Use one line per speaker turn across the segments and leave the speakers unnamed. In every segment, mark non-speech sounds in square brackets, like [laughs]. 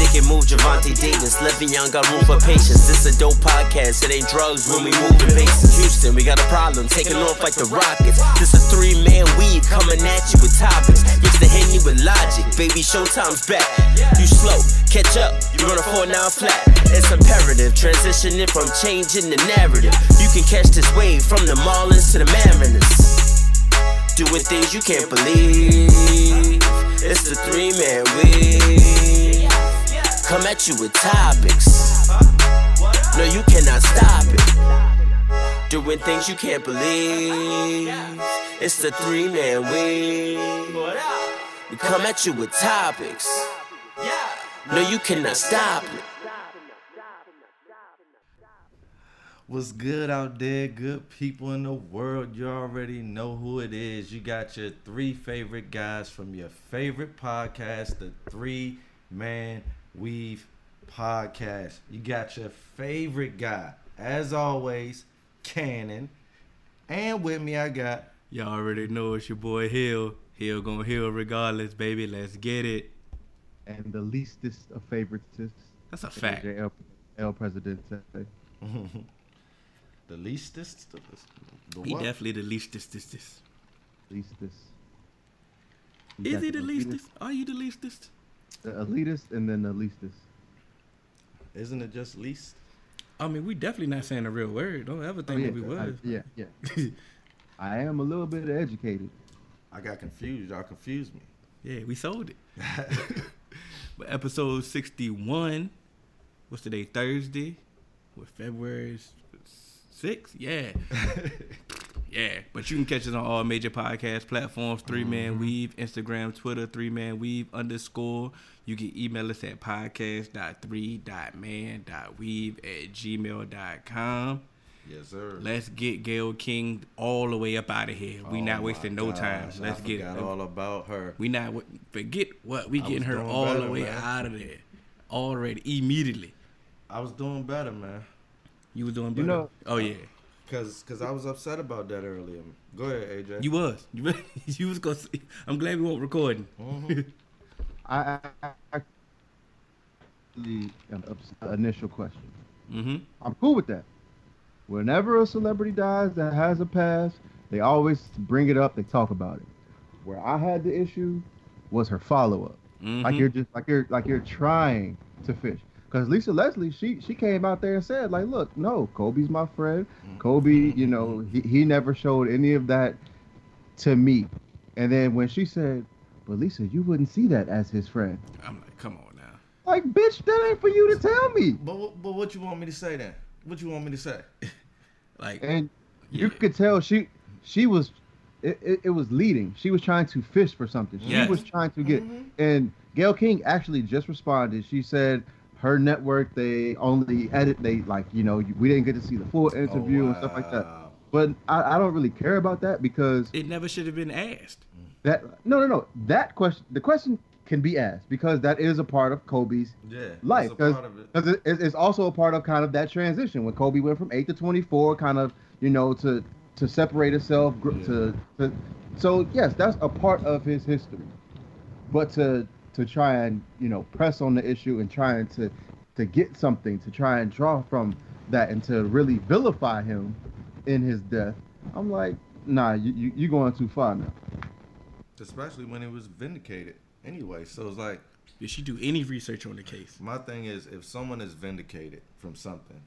make it move, Javante Davis. Living young, got room for patience. This a dope podcast, it ain't drugs when we moving bases. Houston, we got a problem, taking off like the Rockets. This a three man weave coming at you with topics. Mix the Henny with logic, baby, showtime's back. You slow, catch up, you're on a 4 9 flat. It's imperative, transitioning from changing the narrative. You can catch this wave from the Marlins to the Mariners doing things you can't believe. It's the three man week. Come at you with topics. No, you cannot stop it. Doing things you can't believe. It's the three man week. We come at you with topics. No, you cannot stop it.
What's good out there, good people in the world? You already know who it is. You got your three favorite guys from your favorite podcast, the Three Man Weave Podcast. You got your favorite guy, as always, Cannon. And with me, I got
Y'all already know it's your boy Hill. Hill gonna heal regardless, baby. Let's get it.
and the leastest of favorites.
That's a fact.
El, El Presidente.
the leastest. The, the
He
what?
definitely the least this this this.
Leastest. You
Is
got
he the leastest?
elitist-
Are you the leastest?
The elitist and then the leastest.
Isn't it just least?
I mean, we definitely not saying the real word. Don't ever think
Oh, yeah,
that Oh, we
I-
was.
yeah,
[laughs]
yeah. I am a little bit educated.
I got confused. Y'all confused me.
yeah, we
[laughs]
sold it. but episode sixty-one. What's today? Thursday. With February's six.
[laughs]
Yeah. Yeah, but you can catch us on all major podcast platforms: Three
Mm-hmm.
Man Weave, Instagram, Twitter, Three Man Weave underscore. You can email us at podcast.3.man.weave at gmail.com.
yes, sir.
Let's get Gail King all the way up out of here. We
Oh
not
my
wasting no time.
gosh,
Let's
I
get
forgot
it.
all about her.
We not wa- forget what we
I
getting
was
her
doing
all the
better,
way
man.
out of there already immediately.
I was doing better, man.
You was doing
You
better.
know-
oh yeah,
Cause, cause I was upset about that earlier. Go ahead, AJ.
you was. [laughs] You, really- you was gonna. See. I'm glad we weren't recording.
Mm-hmm.
[laughs]
I, I, I actually am upset. Initial question.
hmm
I'm cool with that. Whenever a celebrity dies that has a past, they always bring it up. They talk about it. Where I had the issue was her follow up.
Mm-hmm.
Like you're just like you're like you're trying to fish. Cause Lisa Leslie, she she came out there and said like, look, no, Kobe's my friend. Kobe, you know, he, he never showed any of that to me. And then when she said, but Lisa, you wouldn't see that as his friend.
I'm like, come on now.
Like, bitch, that ain't for you to tell me.
But wh- but what you want me to say then? What you want me to say?
Like,
and
Yeah.
you could tell she she was it, it, it was leading she was trying to fish for something she
Yes.
was trying to get and gail king actually just responded she said her network they only edit they like you know we didn't get to see the full
Oh,
interview and stuff like that
Oh, wow.
but I, I don't really care about that because
it never should have been asked.
that no no no that question the question can be asked because that is a part of kobe's
Yeah, that's
life
a
because
part of it.
it, it's it's also a part of kind of that transition when Kobe went from eight to twenty four, kind of you know to to separate himself gr-
Yeah.
to, to so yes, that's a part of his history, but to to try and you know press on the issue and trying to to get something to try and draw from that and to really vilify him in his death, I'm like, nah, you you you going too far now.
Especially when it was vindicated. Anyway, so it's like
Did she do any research on the case?
my thing is if someone is vindicated from something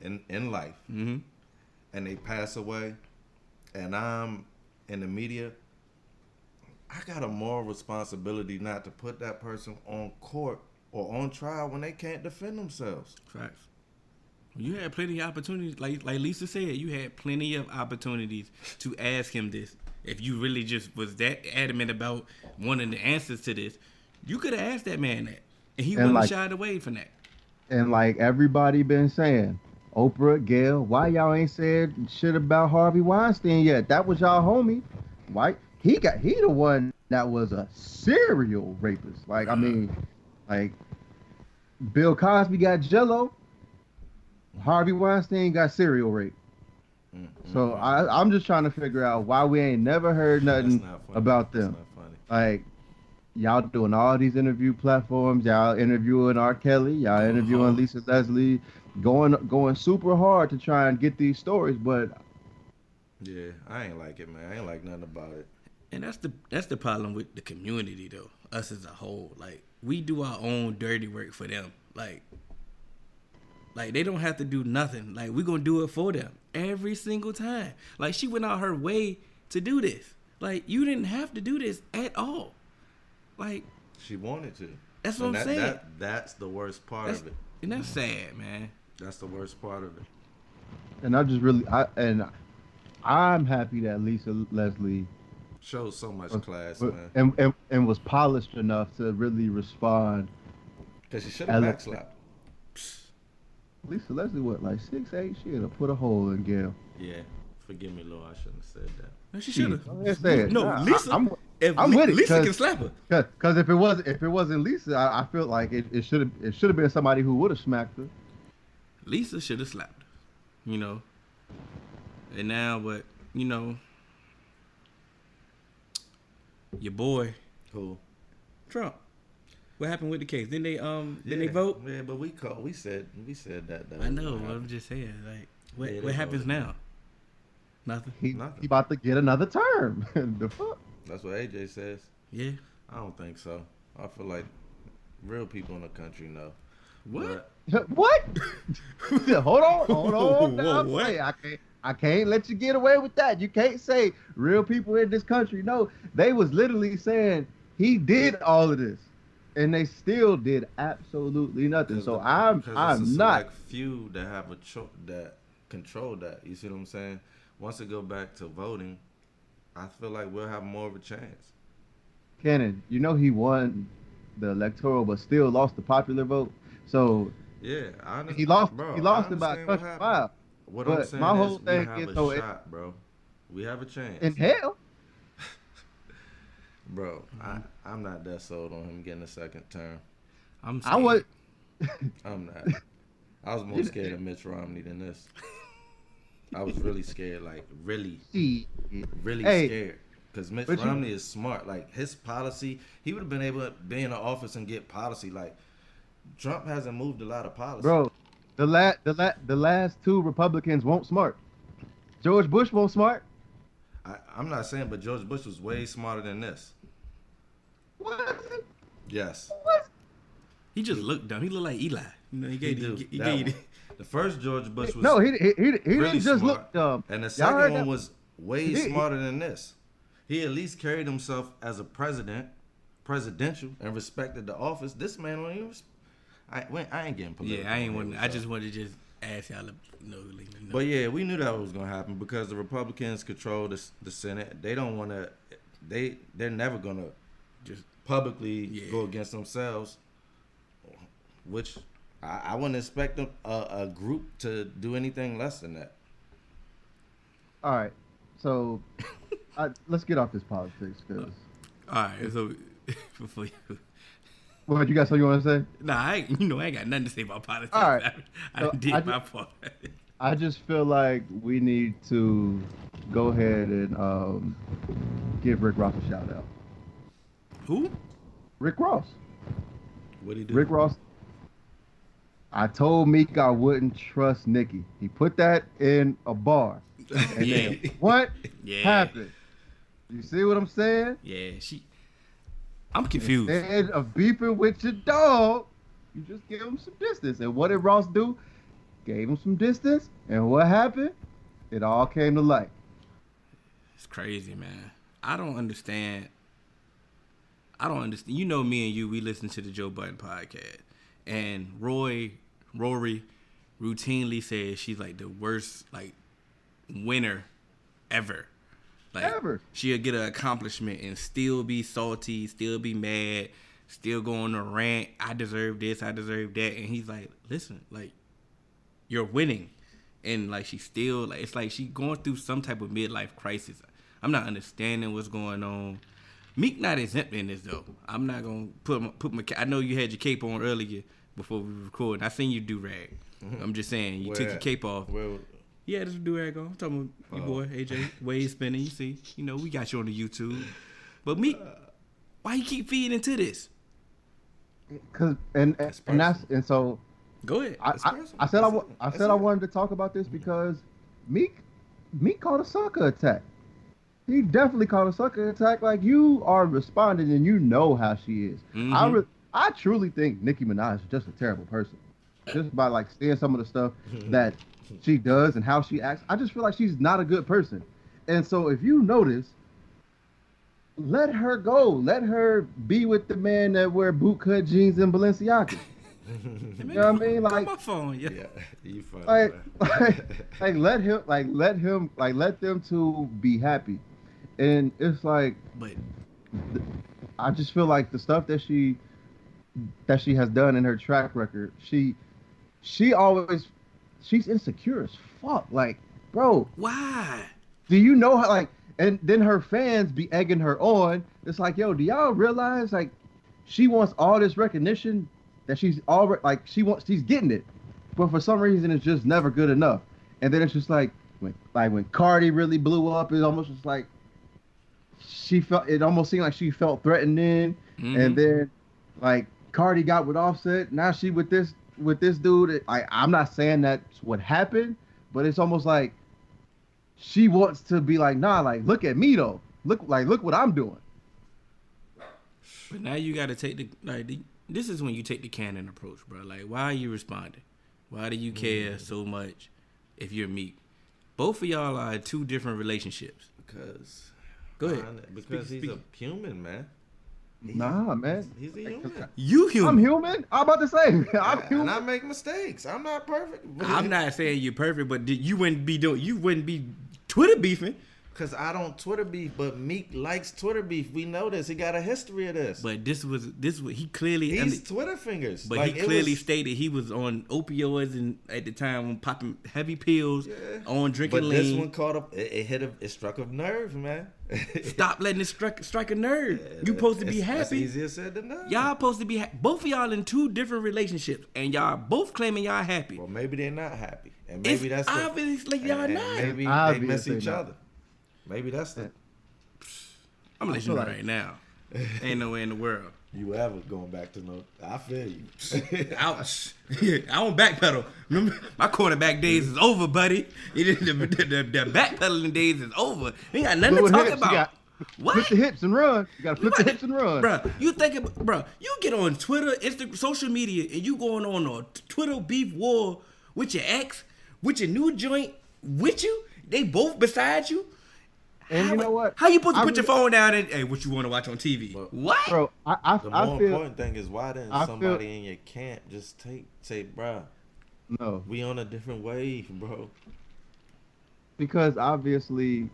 in in life
Mm-hmm.
and they pass away, and I'm in the media, I got a moral responsibility not to put that person on court or on trial when they can't defend themselves.
Facts. You had plenty of opportunities, like like Lisa said, you had plenty of opportunities to ask him this. If you really just was that adamant about wanting the answers to this, you could have asked that man that, and he wouldn't
like-
have shied away from that.
and like everybody been saying, Oprah, Gail, why y'all ain't said shit about Harvey Weinstein yet? That was y'all homie. Why he got he the one that was a serial rapist. Like
Uh-huh.
I mean, like Bill Cosby got Jello, Harvey Weinstein got serial rape.
Mm-hmm.
So I, I'm just trying to figure out why we ain't never heard
That's
nothing
not funny.
about
That's
them.
not funny.
Like y'all doing all these interview platforms. Y'all interviewing R. Kelly. Y'all interviewing
Uh-huh.
Lisa Leslie. Going going super hard to try and get these stories, but
Yeah, I ain't like it, man. I ain't like nothing about it.
And that's the that's the problem with the community though. Us as a whole, like we do our own dirty work for them. Like like they don't have to do nothing. Like we going to do it for them every single time. Like she went out her way to do this. Like you didn't have to do this at all. Like
She wanted to.
That's what
And
I'm
that-
saying.
That, that's the worst part
that's,
of it.
and that's sad, man.
That's the worst part of it.
and I just really I and I'm happy that Lisa Leslie
Shows so much class,
w-
man.
and, and and was polished enough to really respond.
Because she should
I
have
look-
backslapped.
Lisa Leslie what like six eight? She had to put a hole in Gail.
Yeah. Forgive me, Lord. I shouldn't have said that.
No, she should
I'm just
have.
saying,
No,
nah, I-
Lisa.
I'm-
if
I'm
Li-
with it,
Lisa
'cause-
can slap her.
Because if it was if it wasn't Lisa, I, I feel like it it should have it should have been somebody who would have smacked her.
Lisa should have slapped her, you know. And now, but you know, your boy
Who?
Trump. What happened with the case? Didn't they um? Didn't
yeah.
they vote?
Yeah, but we called. We said. We said that. that
I
was
know.
gonna
but I'm
happen.
just saying, like, what
Yeah, they
what happens
voted.
now? Nothing.
He,
Nothing.
he about to get another term. [laughs] the fuck?
That's what AJ says.
Yeah.
I don't think so. I feel like real people in the country know.
What?
[laughs] What?
[laughs]
hold on, hold on.
Whoa,
now, I'm
what?
saying, I can't. I can't let you get away with that. You can't say real people in this country. No, they was literally saying he did all of this, and they still did absolutely nothing. So I'm,
Because it's a
I'm not.
select Few that have a cho- that control that. You see what I'm saying? Once it go back to voting, I feel like we'll have more of a chance.
Cannon, you know he won the electoral, but still lost the popular vote. So
Yeah, I under-
he lost.
bro,
he lost
I
it by a
understand
country
what happened.
mile.
What I'm
But
saying
my whole
is
thing
we have
is,
a
so it-
shot, bro. We have a chance,
In hell,
bro. I,
Mm-hmm.
I'm not that sold on him getting a second term.
I'm.
I was.
I'm not. I was more scared of Mitch Romney than this. I was really scared, like really,
She,
really
Hey,
scared. Because Mitch
but you-
Romney is smart. Like his policy, he would have been able to be in the office and get policy. Like Trump hasn't moved a lot of policy.
bro, the la- the la- the last two Republicans won't smart. George Bush won't smart.
I, I'm not saying, but George Bush was way smarter than this.
What?
Yes.
What?
He just looked dumb. He looked like Eli. You know, he
He
gave
do.
you. He,
That
[laughs] gave you.
one. The first George Bush was
No, he he, he, he
really
didn't just
smart.
look dumb.
And the
Y'all
second
heard
one
that?
was way
He- he-
smarter than this. He at least carried himself as a president, presidential, and respected the office. This man don't even. res- I, wait, I ain't getting political.
Yeah, I ain't
here,
want. I
so.
just wanted to just ask y'all. To, no, like, no.
But yeah, we knew that was gonna happen because the Republicans control the, the Senate. They don't want to. They they're never gonna
just
publicly
Yeah.
go against themselves, which I, I wouldn't expect them, a, a group to do anything less than that.
All right, so [laughs] I, let's get off this politics. Cause
all right. So [laughs] before you.
what you got? Something you want to say?
Nah, I, ain't- you know, I ain't got nothing to say about politics.
All right.
[laughs] I, I
So,
done did
I ju-
my part. [laughs]
I just feel like we need to go ahead and um, give Rick Ross a shout out.
Who?
Rick Ross.
What he do?
Rick Ross. I told Meek I wouldn't trust Nikki. He put that in a bar. And
yeah,
then [laughs] what
yeah,
happened? You see what I'm saying?
yeah. She. I'm confused.
Instead of beeping with your dog, you just give him some distance. And what did Ross do? Gave him some distance. And what happened? It all came to light.
It's crazy, man. I don't understand. I don't understand. You know, me and you, we listen to the Joe Budden podcast, and Roy, Rory, routinely says she's like the worst like winner ever. Like
Ever.
she'll get an accomplishment and still be salty, still be mad, still go on a rant. I deserve this. I deserve that. And he's like, listen, like you're winning and like she still like it's like she going through some type of midlife crisis i'm not understanding what's going on meek not exempt in this though i'm not gonna put my, put my ca- i know you had your cape on earlier before we recorded i seen you do rag i'm just saying you took
Where
your
at?
cape off
Where-
yeah this do rag on i'm talking about your boy aj wade spinning you see you know we got you on the youtube but meek Why you keep feeding into this?
Cause and and
That's
and that's and so
Go ahead.
I,
That's
I,
personal.
I said I,
That's
wa-
it.
I
That's
said I
it.
wanted to talk about this because Meek Meek called a sucker attack. He definitely called a sucker attack. Like you are responding and you know how she is. I
Mhm.
re- I truly think Nicki Minaj is just a terrible person. Just by like seeing some of the stuff that she does and how she acts, I just feel like she's not a good person. And so if you notice, let her go. Let her be with the man that wear bootcut jeans and Balenciaga.
Hey, man,
you know what I
come-
mean?
come
Like-
my phone, yeah.
Yeah, [laughs] you funny. [laughs]
like, [laughs]
bro.
like, like let him like let him like let them two be happy and it's like
But
i just feel like the stuff that she that she has done in her track record she she always she's insecure as fuck like bro
why?
do you know how like and then her fans be egging her on it's like yo do y'all realize like she wants all this recognition that she's already like she wants she's getting it but for some reason it's just never good enough and then it's just like when like when cardi really blew up it almost was like she felt it almost seemed like she felt threatened in
Mhm.
Mm-hmm.
and then like Cardi got with Offset. Now she with this with this dude. It- I I'm not saying that's what happened, but it's almost like she wants to be like, nah, like look at me though. Look like look what I'm doing.
But now you got to take the like. The, this is when you take the canon approach, bro. Like, why are you responding? Why do you care
Mm-hmm.
so much if you're meek? Both of y'all are in two different relationships.
because
Go ahead.
Hon- because
Speak-
he's
speak.
a human, man.
Nah, man.
He's a human.
You
I'm
human.
human. I'm about to say [laughs] I'm
and I
human.
make mistakes. I'm not perfect. but-
I'm not saying you're perfect, but did- you wouldn't be doing. You wouldn't be Twitter beefing.
Cause I don't Twitter beef, but Meek likes Twitter beef. We know this. He got a history of this.
But this was this was he clearly.
he's
I mean,
Twitter fingers.
But
Like,
he
it
clearly
was-
stated he was on opioids and at the time popping heavy pills, on drinking
But
lean.
this one caught up. It, it hit a. It struck a nerve, man.
Stop letting it strike strike a nerve. you supposed to be
It's- That's
happy.
easier said than done.
Y'all supposed to be ha- both of y'all in two different relationships, and y'all both claiming y'all happy.
Well, maybe they're not happy, and
It's
maybe that's the-
obviously y'all
and- and
not.
Maybe
Obviously
they miss each
not.
other. Maybe that's the.
I'm gonna let you know
feel like-
right now. Ain't no way in the world.
You ever going back to no? I feel
[laughs]
you.
Ouch! I don't backpedal. Remember, my cornerback days is over, buddy. It is the, the, the, the backpedaling days is over. We ain't got nothing
Fluid
to talk
hips, you
about.
got-
what?
[laughs] Flip the hips and run. You gotta flip the
What?
hips and run.
Bruh, you think, about, bruh, you get on Twitter, Instagram, social media, and you going on a t- Twitter beef war with your ex, with your new joint, with you. They both beside you.
And
how,
you know what?
How you supposed to
I
put your
really-
phone down and hey, what you want to watch on TV?
But-
what?
Bro, I I,
The
I
more
feel
important thing is why didn't
I feel-
somebody in your camp just take say, bruh,
no.
we on a different wave, bro. [laughs]
because obviously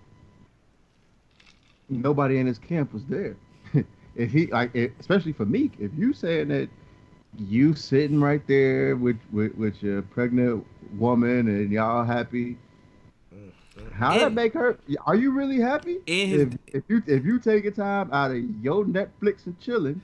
nobody in his camp was there. [laughs] if he like, it, especially for Meek, if you saying that you sitting right there with, with with your pregnant woman and y'all happy, how that
Mm-hmm. And-
make her? Are you really happy?
And his-
If, if you if you taking time out of your Netflix and chilling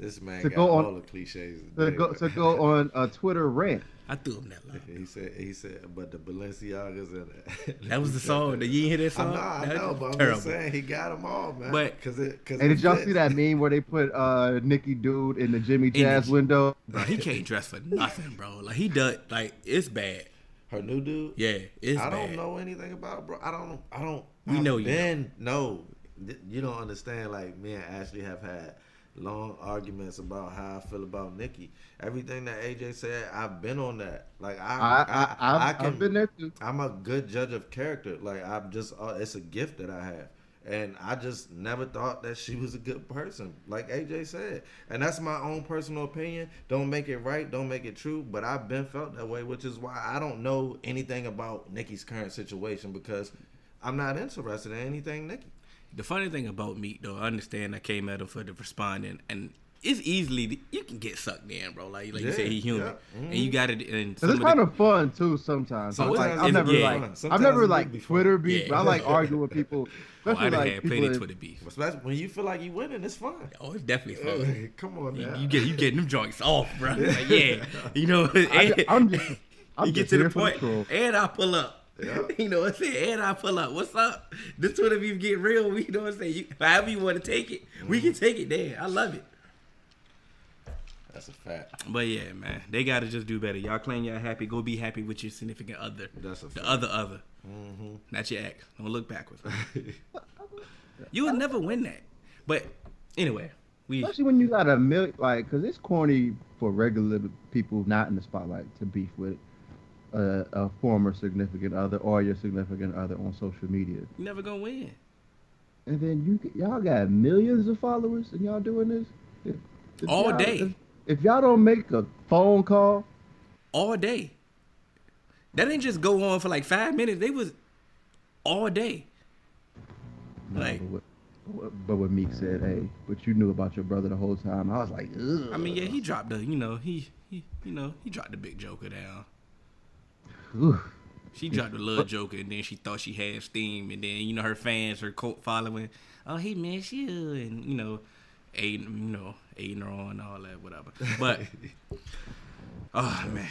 this man
To
got
go on-
all the cliches.
to
today,
go
bro.
to
[laughs]
go on a Twitter rant,
I threw him that line.
He said, he said, but the Balenciagas and the,
[laughs] That was the song.
[laughs]
That you didn't hear that
I
song?
know, I
That
know,
was
but I'm
terrible.
just saying he got them all, man.
But-
because it, cause
and
it
did y'all
fits.
see that meme where they put uh Nicki dude in the Jimmy
the
Jazz
J-
window?
Bro, he can't dress for nothing, bro. Like he does. Like it's bad.
her new dude?
Yeah, it's
I
bad.
don't know anything about, it, bro. I don't, I don't.
We
I've
know you
Been, no, Th- you don't understand. Like me and Ashley have had long arguments about how I feel about Nikki. Everything that AJ said, I've been on that. Like I,
I I, I, have I've been there too.
I'm a good judge of character. Like I'm just, uh, it's a gift that I have, and I just never thought that she was a good person. Like AJ said, and that's my own personal opinion. Don't make it right. Don't make it true. But I've been felt that way, which is why I don't know anything about Nikki's current situation because I'm not interested in anything Nikki.
The funny thing about Meek, though, I understand I came at him for the responding, and it's easily you can get sucked in, bro. Like, like you say,
Yeah,
he human,
yeah.
and you got it. And
Cause
some
Mm-hmm. it's kind
the-
of fun too sometimes.
Sometimes
like,
it's
I've never
fun.
like
Sometimes
I've never
it
like
be fun.
Twitter beef.
Yeah.
but I like arguing with people,
[laughs] oh,
especially
I done
like
had
people
plenty
in-
Twitter beef.
Especially when you feel like you winning, it's [laughs] fun.
Oh, it's definitely fun.
Come on,
You-
now.
You get you getting them joints off,
[laughs]
bro. Like, yeah, you know.
I, am just I'm
you get [laughs]
just
to the
here for the
point,
troll.
and I pull up. [laughs] you know what I'm saying? And I pull up. What's up? This Twitter beef get real. We you know what I'm saying. You, however you want to take it, we
Mm-hmm.
can take it there. I love it.
That's a fact.
But yeah, man, they gotta just do better. Y'all claim y'all happy. Go be happy with your significant other.
That's a
the
fact. Mm-hmm.
other other, not your ex. Don't look backwards. [laughs] you would never win that. But anyway, we
Especially when you got a million, like, because it's corny for regular people not in the spotlight to beef with a, a former significant other or your significant other on social media.
never gonna win.
And then you y'all got millions of followers and y'all doing this If- if
All
y'all-
day.
If, if y'all don't make a phone call,
all day. That didn't just go on for like five minutes. They was all day.
No,
Like-
but, what, but what- but what Meek said, hey, but you knew about your brother the whole time. I was like, Ugh.
I mean, yeah, he dropped the, you know, he, he you know, he dropped the big Joker down.
Oof.
She dropped the little Joker, and then she thought she had steam, and then you know her fans, her cult following, oh he missed you, and you know, aiding, you know, aiding her on and all that, whatever.
[laughs]
But oh man,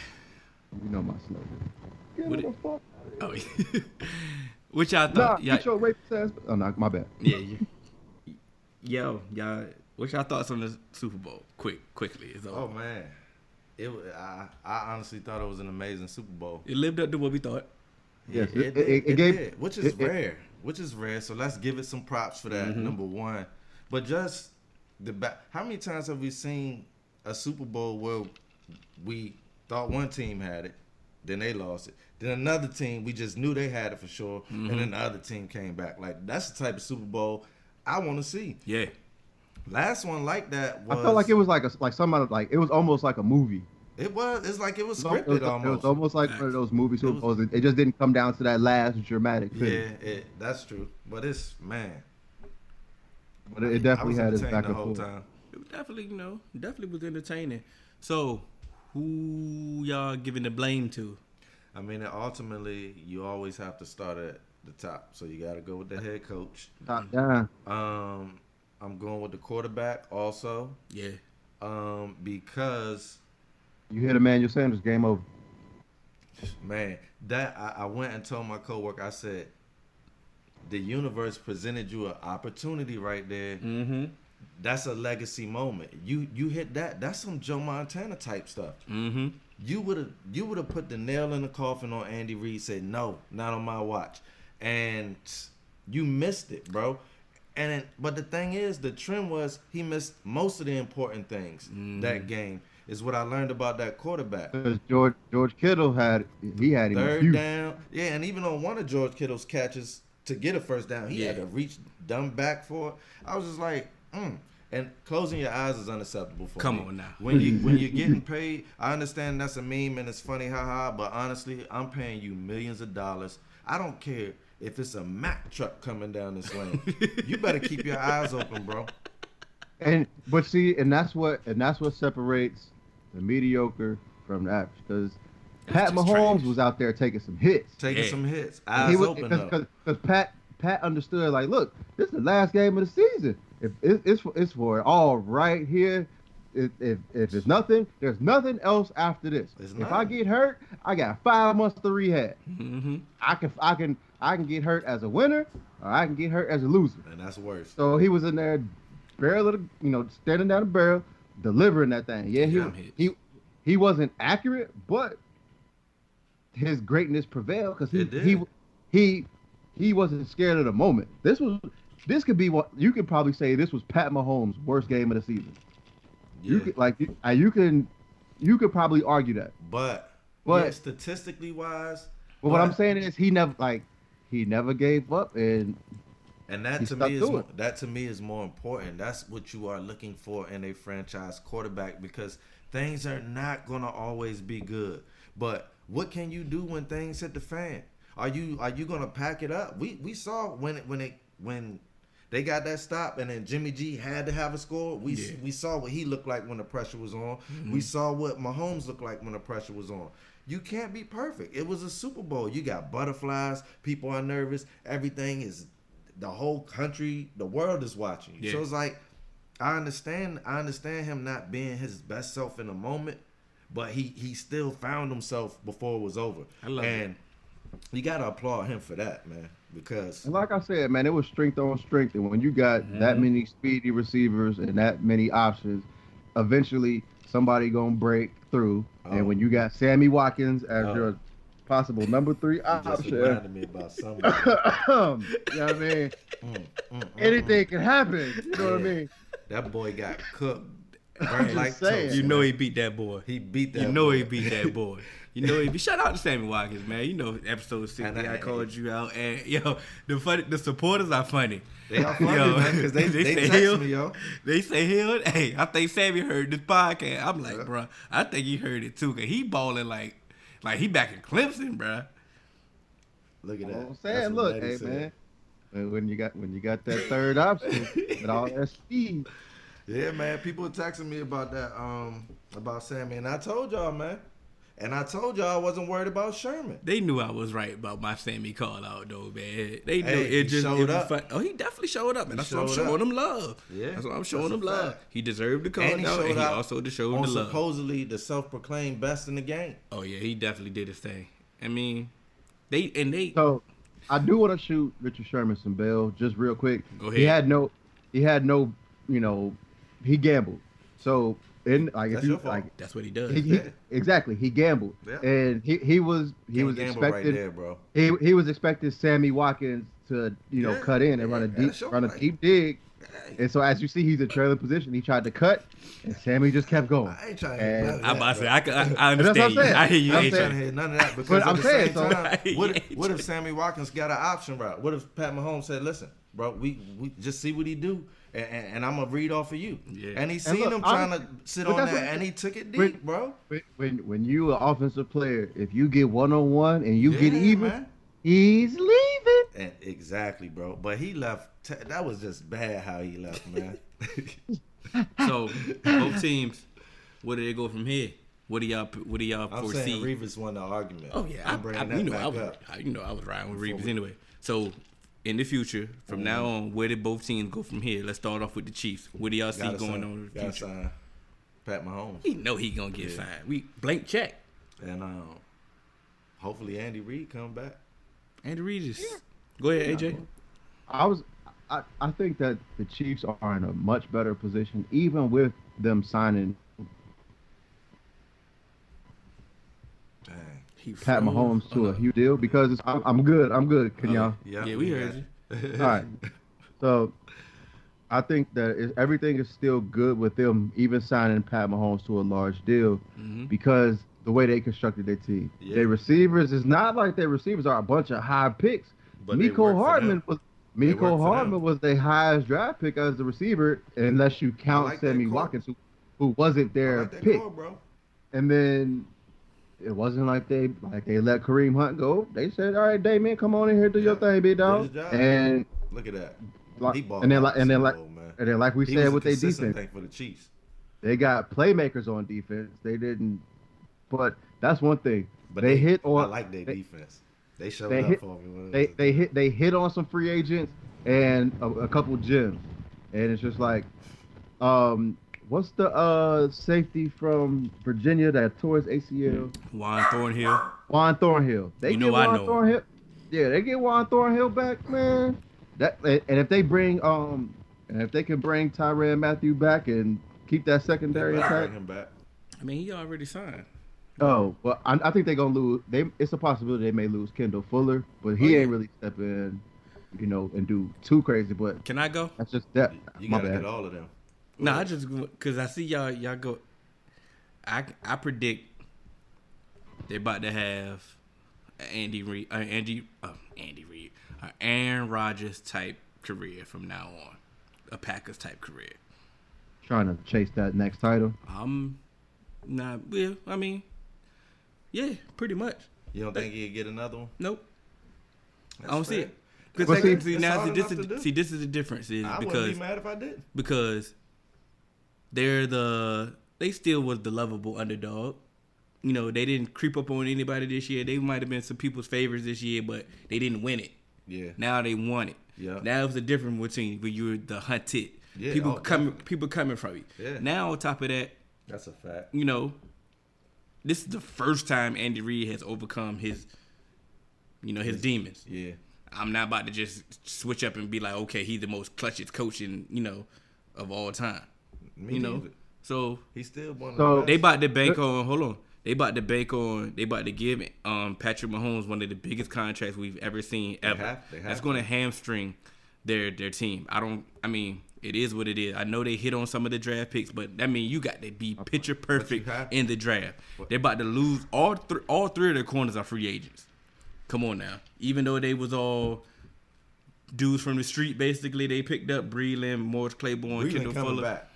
you know my slogan. Get
What
the
it- Uh,
fuck.
oh, [laughs] which y'all
Nah,
thought? y'all-
get your rapist ass. Oh, no, my bad.
Yeah, you. Yo, y'all, what's y'all thoughts on the Super Bowl? Quick, quickly. It's over.
[laughs] Oh man, it. wa- I, I honestly thought it was an amazing Super Bowl.
It lived up to what we thought.
Yes,
it,
it-
did,
it- it gave-
did, which is
it- Mm-hmm. it-
rare, which is rare. So let's give it some props for that. Number one, but just the back. How many times have we seen a Super Bowl where we thought one team had it, then they lost it, then another team we just knew they had it for sure,
Mm-hmm.
and then the other team came back. Like that's the type of Super Bowl I want to see.
Yeah.
Last one like that
I
was.
felt like it was like a like some out of like it was almost like a movie.
It was. It's like it was
It was,
scripted
it was
almost.
almost like one of those movie Super
was-
Bowls. It, it just didn't come down to that last dramatic
Yeah,
finish.
it, that's true. But it's man.
But it, it definitely
I
had
was
its
entertained
back
the
and
whole
forth.
time.
It was definitely, you know, definitely was entertaining. So, who y'all giving the blame to?
I mean, ultimately, you always have to start at the top. So you got to go with the head coach.
Top down.
Um, I'm going with the quarterback also
Yeah.
um, because,
You hit Emmanuel Sanders, game over.
man, that I, I went and told my coworker, I said, the universe presented you an opportunity right there.
Mm-hmm.
That's a legacy moment. You you hit that. That's some Joe Montana type stuff.
Mm-hmm.
you would have you would have put the nail in the coffin on Andy Reid. Said no, not on my watch, and you missed it, bro. And then- but the thing is, the trend was he missed most of the important things that game. Is what I learned about that quarterback.
Because George George Kittle had he had him.
Third
huge.
down, yeah, and even on one of George Kittle's catches to get a first down, he had
Yeah.
to reach dumb back for it. I was just like, mm. and closing your eyes is unacceptable for
Come
me.
on now.
When
[laughs]
you when you're getting paid, I understand that's a meme and it's funny, haha. But honestly, I'm paying you millions of dollars. I don't care if it's a Mack truck coming down this
[laughs]
lane. you better keep your eyes open, bro.
And but see, and that's what and that's what separates the mediocre from the average. Because
just
Pat Mahomes
trash.
was out there taking some hits.
Taking
Yeah.
some hits,
he
eyes
was
open up.
[laughs]
because Pat Pat understood like, look, this is the last game of the season. If it, it's for, it's for it all right here. If, if if it's nothing, there's nothing else after this.
There's
If I
nothing.
get hurt, I got five months to rehab.
Mm-hmm.
I can I can I can get hurt as a winner, or I can get hurt as a loser.
and that's worse.
So he was in there, barrel of the, you know, standing down the barrel, delivering that thing. Yeah, he
Damn hits.
he he wasn't accurate, but his greatness prevailed because he
It did.
he he he wasn't scared of the moment. This was this could be what you could probably say this was Pat Mahomes' worst game of the season. You
Yeah.
could like you, uh, you can you could probably argue that.
But,
But-
yeah, statistically wise,
But what I'm
But-
saying is he never like he never gave up and
And that
He
to
stuck
me
to
is
it.
more, that to me is more important. That's what you are looking for in a franchise quarterback because things are not gonna always be good. But what can you do when things hit the fan? Are you are you gonna pack it up? We we saw when it when it when they got that stop and then Jimmy G had to have a score. We s-
Yeah.
we saw what he looked like when the pressure was on.
Mm-hmm.
We saw what Mahomes looked like when the pressure was on. You can't be perfect. It was a Super Bowl. You got butterflies. People are nervous. Everything is the whole country, the world is watching you. So
Yeah.
it's like I understand I understand him not being his best self in the moment, but he he still found himself before it was over.
I love it.
and you gotta applaud him for that, man. Because
And like I said, man, it was strength on strength. And when you got
Mm-hmm.
that many speedy receivers and that many options, eventually somebody gonna break through.
Oh.
And when you got Sammy Watkins as
Oh.
your possible number
[laughs]
three
you just
option,
reminded me about something.
[coughs] [laughs] you know what I mean?
Mm, mm, mm,
Anything can happen. You know what I
Yeah.
mean?
mm. That boy got cooked.
[laughs]
I'm
Burnt
just
like
saying.
toast.
You know
man.
he beat that boy.
he beat that.
You know
boy.
he beat
[laughs]
that boy. You know he beat. Shout out to Sammy Watkins, man. You know episode six.
And I-
I, called you out, and yo, the funny, the supporters are funny.
They are
[laughs]
funny, man, 'cause they- they text
Hill-
me, yo.
They say, "Hill, hey, I think Sammy heard this podcast." I'm like, bro, I think he heard it too, cause he balling like, like he back in Clemson, bro.
Look at
You
that.
know what I'm
That's
saying,
what
look,
Maddie
hey
said.
man, when- when you got when you got that third option with
[laughs]
all that speed,
Yeah, man. People were texting me about that, um, about Sammy, and I told y'all, man. And I told y'all I wasn't worried about Sherman.
They knew I was right about my Sammy call out though, man. They knew
Hey, he
it just
showed
it was
up.
Fun. Oh, he definitely showed up, and that's what I'm
showed up.
showing him love.
Yeah,
that's what I'm showing
that's a
him love.
fact.
He deserved the call out,
and he showed
and he
out
also de- showed
on
the love.
supposedly the self-proclaimed best in the game.
Oh yeah, he definitely did his thing. I mean, they and they.
So I do want to shoot Richard Sherman some bail, just real quick.
Go
He
ahead.
had no, he had no, you know, he gambled. So in like
That's
if you
your fault.
like
that's what he does.
he, he- exactly he gambled
Yeah.
and he he was he
Can't
was
gamble right
expected
there, bro.
he he was expected Sammy Watkins to you know
Yeah,
cut in and run a
yeah,
deep
that's your
run a
right.
deep dig. And so as you see, he's in trailer position. He tried to cut, and Sammy just kept going.
I ain't trying
And-
to. hear none of
I'm
that,
about to say
bro.
I, can, I, I
[laughs] that's what I'm
understand you.
saying.
I hear you.
I'm
I ain't
Adrian.
trying to hear none of that because
But
at
I'm
the
saying,
same
so-
time, what, if,
[laughs] Yeah.
what if Sammy Watkins got an option route? What if Pat Mahomes said, "Listen, bro, we, we just see what he do, and, and, and I'm gonna read off of you."
Yeah.
And he
And
seen
look,
him
I'm-
trying to sit
but
on
that's
that,
what-
and he took it
Wait.
deep, bro.
When- When when you an offensive player, if you get one on one and you get
Yeah,
even,
man.
he's leaving.
And exactly, bro. But he left. T- that was just bad how he
[laughs]
left, man.
So both teams, where do they go from here? What do y'all what do y'all
I'm
foresee?
saying Revis won the argument.
oh yeah,
I'm
I, I,
bringing
you
that
know
back
I was
up.
I, you know I was riding with
Before
Reeves
we- Mm-hmm.
anyway. So in the future, from now on, where did both teams go from here? Let's start off with the Chiefs. What do y'all see
Gotta
going
sign-
on in the
gotta
future?
sign Pat Mahomes
We know he gonna get signed. We blank check.
and um, hopefully Andy Reid come back.
Andy Regis. Go ahead, AJ.
I was, I, I think that the Chiefs are in a much better position, even with them signing
Dang.
He
Pat
froze.
Mahomes to
Oh,
a
no.
huge deal because it's, I'm, I'm good. I'm good. Can y'all?
Yeah, we heard
[laughs]
you.
All right. [laughs] So I think that it, everything is still good with them, even signing Pat Mahomes to a large deal
Mhm.
because the way they constructed their team.
Mm-hmm. Yeah.
Their receivers, it's not like their receivers are a bunch of high picks.
But they work
Miko
for
Hardman
them.
was.
They work for
Miko
them.
Hardman was the highest draft pick as the receiver, unless you count
like that
Sammy
call.
Watkins, who, who wasn't
I
their
like that
pick.
call, bro.
And then it wasn't like they like they let Kareem Hunt go. They said, "All right, Damien, come on in here, do your
Yeah.
thing, big
his
dog."
job.
And
Look at that.
like,
He balled
and then
out
like
the
and then
Super
like
Bowl, man.
and then like we
He
said
was a
with their
consistent
defense,
thing for the Chiefs.
they got playmakers on defense. They didn't, but that's one thing.
But
they, hit
I
on
like their
they-
defense. They showed
they
up
hit-
for me. when it
they
was-
they hit they hit on some free agents and a, a couple gems, and it's just like, um, what's the uh safety from Virginia that tore his ACL?
Juan Thornhill.
Juan Thornhill. They
You know
get
I
Juan
know him.
Thornhill. Yeah, they get Juan Thornhill back, man. That and if they bring um and if they can bring Tyran Matthew back and keep that
They
secondary
better
attack.
bring him back.
I mean, he already signed.
Oh, well, I, I think they're gonna lose. They it's a possibility they may lose Kendall Fuller, but
Oh,
he
yeah.
ain't really step in, you know, and do too crazy. But
Can I go?
that's just that.
You
My
gotta
bad.
get all of them.
No, I just because I see y'all y'all go. I I predict they about to have a Andy Reid, uh, Andy uh, Andy Reid, uh, Aaron Rodgers type career from now on, a Packers type career.
Trying to chase that next title.
I'm not. Well, I mean, yeah, pretty much.
You don't think he'd get another one?
Nope, I don't see
fair.
it. Because
Well,
like,
see-
see,
That's
now
all
see, this
enough to do.
is, see this is the difference is
I
because
wouldn't be mad if I did.
because they're the they still was the lovable underdog. You know, they didn't creep up on anybody this year. They might have been some people's favorites this year, but they didn't win it.
Yeah.
Now they won it.
Yeah.
Now it's a different routine where you're the hunted.
Yeah,
people
oh,
coming people coming from you.
Yeah.
Now on top of that,
That's a fact.
you know, this is the first time Andy Reid has overcome his you know, his demons.
Yeah.
I'm not about to just switch up and be like, okay, he's the most clutchest coach in, you know, of all time.
Me
you know,
neither.
so
He still one
So-
of the
they
best.
about to bank on. Hold on, they about to bank on. They about to give um Patrick Mahomes one of the biggest contracts we've ever seen ever.
have- they have
That's
to.
going to hamstring their their team. I don't. I mean, it is what it is. I know they hit on some of the draft picks, but I mean, you got to be picture perfect
have-
in the draft. They're about to lose all three. All three of their corners are free agents. Come on now. Even though they was all dudes from the street, basically they picked up Breland, Morris Claiborne,
Breland
Kendall
coming
Fuller.
back. You-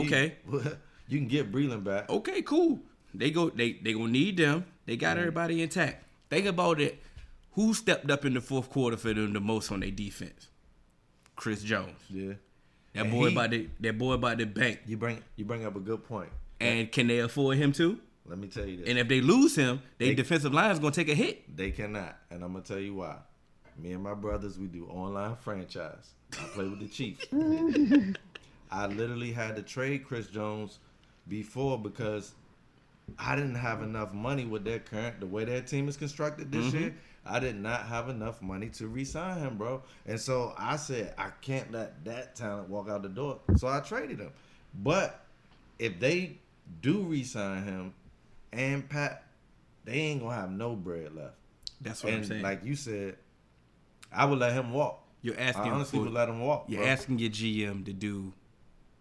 Okay.
[laughs]
Oh.
you can get Breland back.
okay, cool. They go they they gonna need them. They got everybody intact. Think about it. Who stepped up in the fourth quarter for them the most on their defense? Chris Jones.
Yeah.
That
And
boy
he-
about the that boy about the bank.
You bring you bring up a good point.
And can they afford him too?
Let me tell you this.
And if they lose him, their
They-
defensive line is gonna take a hit.
They cannot, and I'm gonna tell you why. Me and my brothers, we do online franchise. I play with the Chiefs. I literally had to trade Chris Jones before because I didn't have enough money with their current the way their team is constructed this year. I did not have enough money to re-sign him, bro. And so I said I can't let that talent walk out the door. So I traded him. But if they do re-sign him and Pat, they ain't gonna have no bread left
That's what
and
I'm saying.
like you said, I would let him walk.
you're
I
asking
honestly
for-
would let him walk.
You're
bro.
asking your GM to do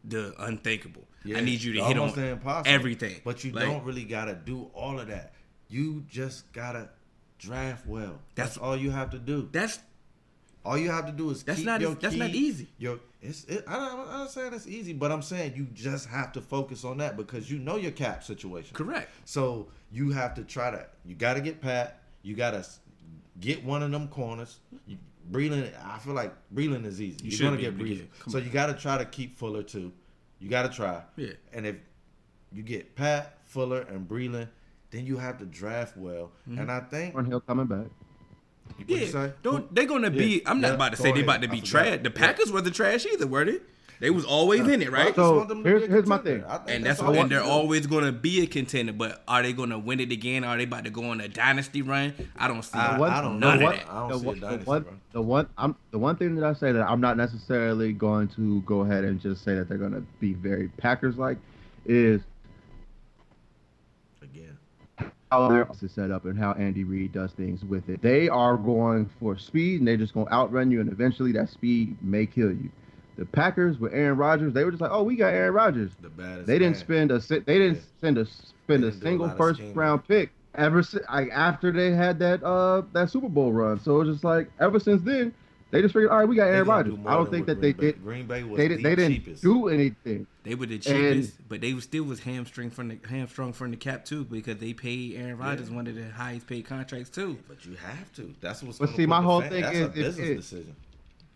the unthinkable.
Yeah,
I need you to
it's
hit
almost
on
impossible.
everything.
but you
Like,
don't really gotta do all of that. You just gotta draft well. That's,
That's-
all you have to do.
That's
all you have to do is
That's
keep
not-
your
that's
key-
not easy.
Your it's it, I don't, I'm not saying it's easy, but I'm saying you just have to focus on that because you know your cap situation.
correct.
So you have to try to. You got to get Pat. You got to get one of them corners. You, Breland, I feel like Breland is easy.
You
You
should
are gonna
be
get
able to
Breland.
get- come
so you got to try to keep Fuller too. You got to try.
Yeah.
And if you get Pat Fuller and Breland, then you have to draft well. And I think
Thornhill coming back.
what you
Mm-hmm. Yeah,
say?
don't they're
Yeah,
gonna be? I'm not
yeah,
about to
go
say they
ahead.
about to
I
be
forgot.
trash. The
Yeah.
Packers wasn't trash either, were they? They was always in it,
I
right?
just
So,
want them to
here's-
be a
here's my thing.
contender. I think
and that's,
all
all,
you
and they're
do.
always gonna be a contender. But are they gonna win it again? Are they about to go on a dynasty run? I don't see.
I-
The one-
I don't
know
the
that.
one-
I don't
the
see a
one-
dynasty,
the one,
bro.
the one, I'm the one thing that I say that I'm not necessarily going to go ahead and just say that they're going to be very Packers like is
again.
how their offense is set up and how Andy Reid does things with it. They are going for speed and they're just going to outrun you, and eventually that speed may kill you. The Packers with Aaron Rodgers, they were just like, oh, we got Aaron Rodgers.
The baddest.
They didn't
man.
spend a si- they didn't
Yeah.
spend a spend
They
a
didn't do a
single
lot of
first
scheming.
round pick ever si- like after they had that uh that Super Bowl run. So it was just like ever since then they just figured all right we got
They
Aaron
gonna
Rodgers.
do more
I don't
than
think
what
that they
Green
did
Bay- Green Bay was
they
the
did they didn't
cheapest.
do anything.
They were the cheapest, but they was still was hamstring from the hamstrung from the cap too because they paid Aaron Rodgers one of the highest paid contracts too.
But you have to. That's what's.
But
gonna
see,
put
my
the
whole
fan-
thing
that's
is-
a
is-
business
is-
decision.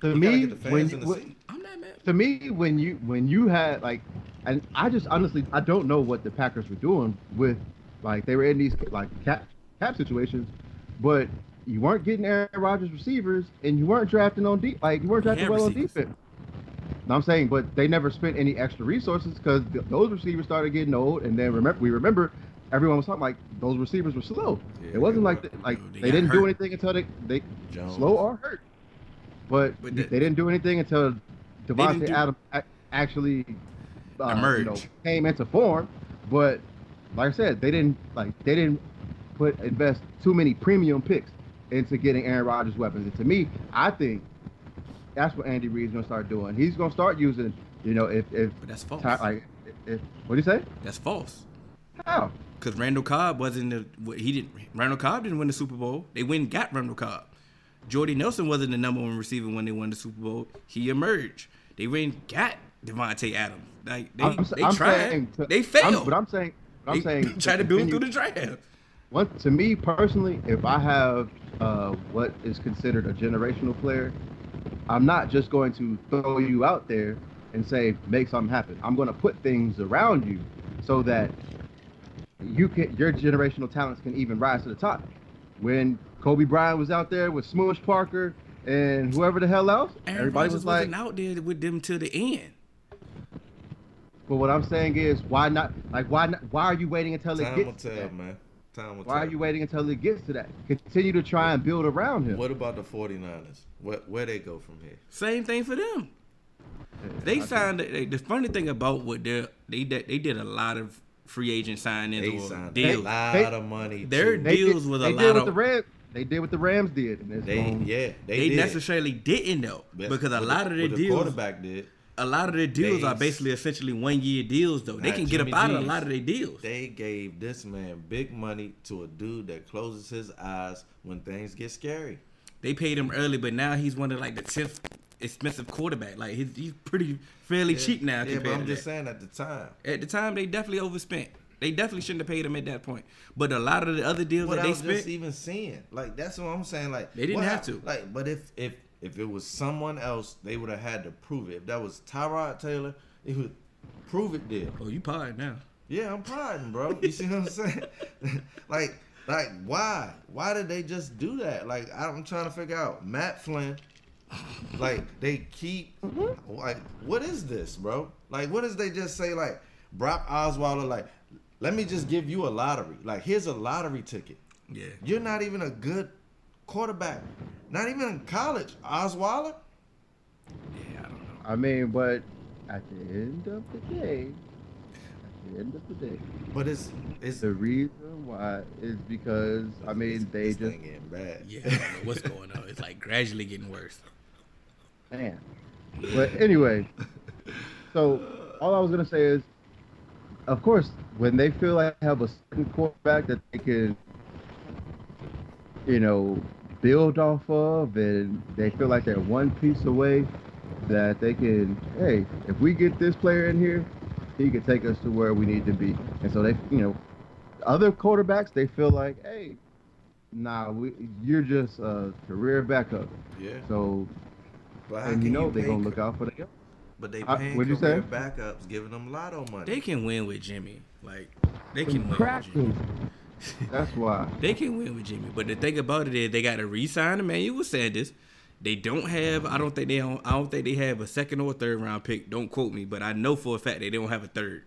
To
You gotta
me
get the fans
when
in the
when-
seat.
I'm not mad.
to me when you when you had like and I just honestly I don't know what the Packers were doing with like they were in these like cap cap situations, but you weren't getting Aaron Rodgers receivers and you weren't drafting on deep like you weren't
They
drafting
had
well
receivers.
on defense. No, I'm saying, but they never spent any extra resources because th- those receivers started getting old, and then remember we remember everyone was talking like those receivers were slow.
Yeah,
it wasn't
they
like
were.
th- like
They
they,
got
didn't do
hurt.
anything until they they
Jones.
slow or hurt. But,
But
they
that-
didn't do anything until Devontae
do-
Adams ac- actually uh, you
Emerge.
know, came into form. But like I said, they didn't like they didn't put invest too many premium picks into getting Aaron Rodgers weapons. And to me, I think that's what Andy Reid's gonna start doing. He's gonna start using, you know, if if
But that's false.
Ty- like if, what do you say?
That's false.
How?
Because Randall Cobb wasn't the what- he didn't Randall Cobb didn't win the Super Bowl. They went and got Randall Cobb. Jordy Nelson wasn't the number one receiver when they won the Super Bowl. He emerged. They went and got Devontae Adams. Like they,
I'm s-
they
I'm saying
tried.
to-
they
I'm-
failed.
but I'm saying, but I'm
they
saying
tried to build
continue-
through the draft.
One, to me personally, if I have uh, what is considered a generational player, I'm not just going to throw you out there and say make something happen. I'm going to put things around you so that you can your generational talents can even rise to the top. When Kobe Bryant was out there with Smoosh Parker and whoever the hell else,
Aaron
everybody
Rodgers
was like,
wasn't out there with them till the end.
"But what I'm saying is, why not? Like, why not? Why are you waiting until
Time
it
will
gets?"
tell,
to that?
man. Time will
Why are
tell.
you waiting until it gets to that? Continue to try and build around him.
What about the 49ers? What where they go from here?
Same thing for them. They signed. They, the funny thing about what they they did- they did a lot of free agent signings
They
or
signed a
deals.
lot
They-
of money.
They're
too.
They did-
deals with a
they
lot
did
of-
what the Rams. They did what the Rams did. And it's
they
gonna-
yeah they,
They
did.
necessarily didn't though,
But
because a
what
lot of their
what the
deals,
quarterback did.
a lot of their deals are
Days.
basically essentially one year deals though. They
Nah,
can get up
Jimmy
out of a
G's.
lot of their deals.
They gave this man big money to a dude that closes his eyes when things get scary.
They paid him early, but now he's one of like the tenth expensive quarterback. Like he's, he's pretty fairly cheap now.
Yeah,
compared
but I'm
to
just
that.
saying at the time.
At the time, they definitely overspent. They definitely shouldn't have paid him at that point. But a lot of the other deals
What
that
I
they
was
spent,
just even seeing, like that's what I'm saying. Like
They didn't
what
have
hap-
to.
Like, but if if if it was someone else, they would have had to prove it. If that was Tyrod Taylor, it would prove it deal.
oh, you pod now.
Yeah, I'm prodding, bro. You see what I'm saying? [laughs] like, like why? Why did they just do that? Like, I'm trying to figure out. Matt Flynn. Like they keep like what is this, bro? Like what is they just say like Brock Osweiler like let me just give you a lottery. Like here's a lottery ticket.
Yeah,
You're not even a good quarterback. Not even in college, Osweiler.
yeah, I don't know.
I mean, but at the end of the day, at the end of the day,
But it's it's
the reason why is because I mean they
this
just
thing getting bad. [laughs]
Yeah, I don't know what's going on. It's like gradually getting worse.
Man. But anyway, so all I was gonna say is, of course, when they feel like they have a certain quarterback that they can, you know, build off of, and they feel like they're one piece away, that they can, hey, if we get this player in here, he can take us to where we need to be. And so they, you know, other quarterbacks they feel like, hey, nah, we, you're just a career backup.
Yeah.
So
But how
and you
can
know they're
pay
gonna look out for the
But they
I-
paying
what'd you say?
career backups, giving them lotto money.
They can win with Jimmy. Like they can win with Jimmy.
practice.
[laughs]
That's why.
They can win with Jimmy. But the thing about it is they got to re-sign him. Man, you was saying this. They don't have. I don't think they. Don't, I don't think they have a second or third round pick. Don't quote me, but I know for a fact they don't have a third.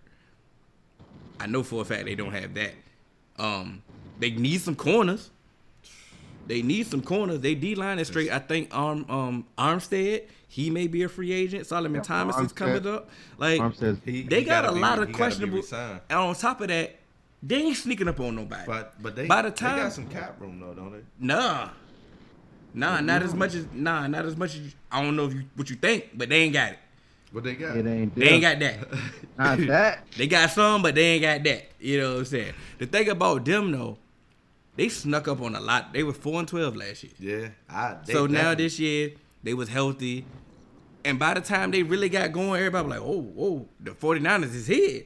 I know for a fact they don't have that. Um, they need some corners. They need some corners. They D line is straight. I think Arm um Armstead. He may be a free agent. Solomon
Yeah,
Thomas is coming
Armstead.
up. Like
Armstead.
He-
they
he
got
gotta
a
be-
lot
he gotta
of
be
questionable.
re-signed.
And on top of that, they ain't sneaking up on nobody.
But but they
by the
they
time
got some cap room though, don't they?
Nah. Nah, not as much as nah, not as much as you, I don't know if you, what you think, but they ain't got it.
But they got
It ain't.
They ain't got that.
[laughs]
not that.
they got some, but they ain't got that. You know what I'm saying? The thing about them though, they snuck up on a lot. They were four and twelve last year.
Yeah. I, they
so now
definitely-
this year they was healthy, and by the time they really got going, everybody was like, oh, whoa, the 49ers is here.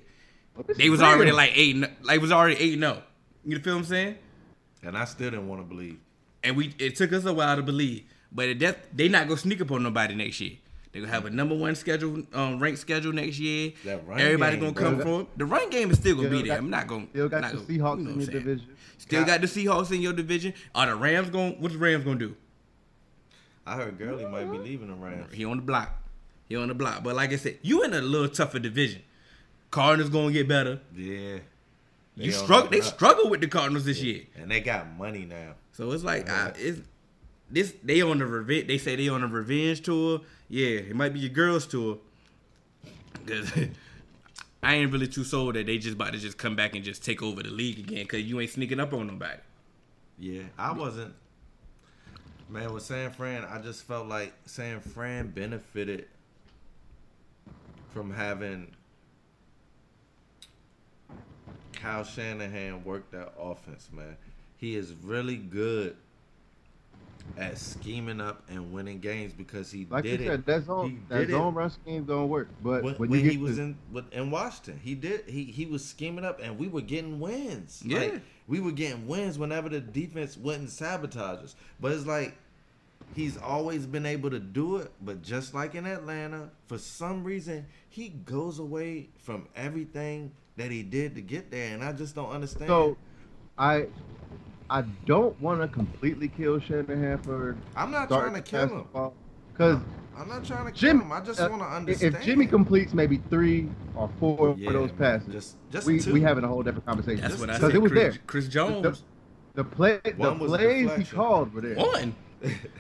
They was already like eight, and- like was already eight. No, you feel what I'm saying?
and I still didn't want to believe.
and we it took us a while to believe. But it def, they not gonna sneak up on nobody next year. They gonna have a number one schedule, um, ranked schedule next year.
That run
Everybody
game,
gonna come
bro.
from the run game is still gonna
Still
be there.
got-
I'm not gonna
Still got
not
the
gonna-
Seahawks
you know what
in your
I'm saying.
division.
Still got the Seahawks in your division. Are the Rams gonna what's the Rams gonna do?
I heard Gurley might be leaving the Rams.
He on the block. He on the block. But like I said, you in a little tougher division. Cardinals gonna get better.
Yeah.
you
on
struggle.
the
They
block.
struggle with the Cardinals this year.
And they got money now.
So it's like
Yeah.
I, it's this they on the revenge. They say they on a revenge tour. Yeah, it might be your girls tour. 'Cause [laughs] I ain't really too sold that they just about to just come back and just take over the league again because you ain't sneaking up on nobody.
Yeah. I wasn't man with San Fran, I just felt like San Fran benefited from having Kyle Shanahan work that offense, man. He is really good at scheming up and winning games because he
Like
did
you
it.
said, that
He
zone
did
that
it
zone rush game don't work. But
when,
when,
when,
you get
he was
to,
in with- in Washington, he did he he was scheming up, and we were getting wins. Like,
Yeah.
we were getting wins whenever the defense wouldn't sabotage us. But it's like he's always been able to do it. But just like in Atlanta, for some reason he goes away from everything that he did to get there, and I just don't understand.
so I I don't want to completely kill Shanahan for
I'm not
starting
trying to
to
kill him.
Because
I'm not trying to kill
Jim-
him. I just
uh,
want to understand.
if Jimmy completes maybe three or four
Yeah,
of those
man,
passes,
just- just
we
two.
we having a whole different conversation.
That's what I
Because
said.
it was
Chris,
there.
Chris
The,
Jones
the play, the
One was a
plays he
deflection.
called were there.
won.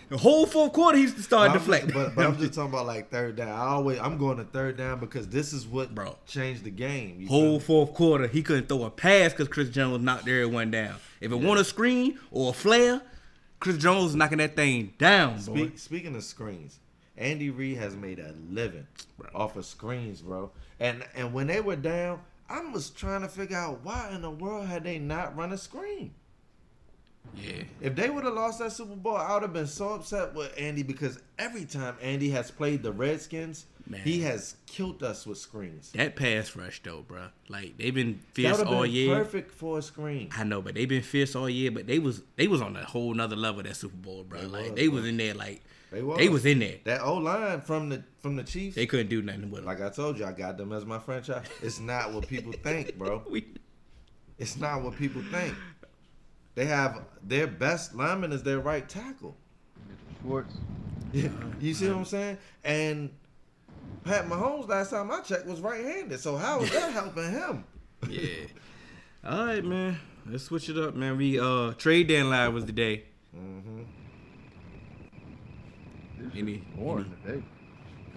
The whole fourth quarter, he's the
But
star
I'm just-
deflect.
But,
[laughs]
but I'm just talking about like third down. I always I'm going to third down because this is what
Bro.
changed the game. you feel
whole
me?
fourth quarter, he couldn't throw a pass because Chris Jones knocked everyone down. If it won a screen or a flare, Chris Jones was knocking that thing down, boy.
Speak, speaking of screens, Andy Reid has made a living off of screens, bro. And and when they were down, I was trying to figure out why in the world had they not run a screen.
Yeah.
If they would have lost that Super Bowl, I would have been so upset with Andy because every time Andy has played the Redskins,
Man.
he has killed us with screens.
That pass rush though, bro. Like they've been
That
fierce
would have
all
been
year.
perfect for a screen.
I know, but they've been fierce all year. But they was they was on a whole nother level that Super Bowl, bro.
They
like
was,
they
bro.
was in there, like
They
they
was.
was, in there.
That O line from the from the Chiefs,
They couldn't do nothing with them.
like I told you, I got them as my franchise. It's not what people think, bro.
[laughs] We-
It's not what people think. They have their best lineman is their right tackle. [laughs]
Schwartz.
you see what I'm saying? And Pat Mahomes last time I checked was right-handed. So how is that helping him?
yeah. All right, man. Let's switch it up, man. We uh trade deadline was today. Any,
Or
any
today.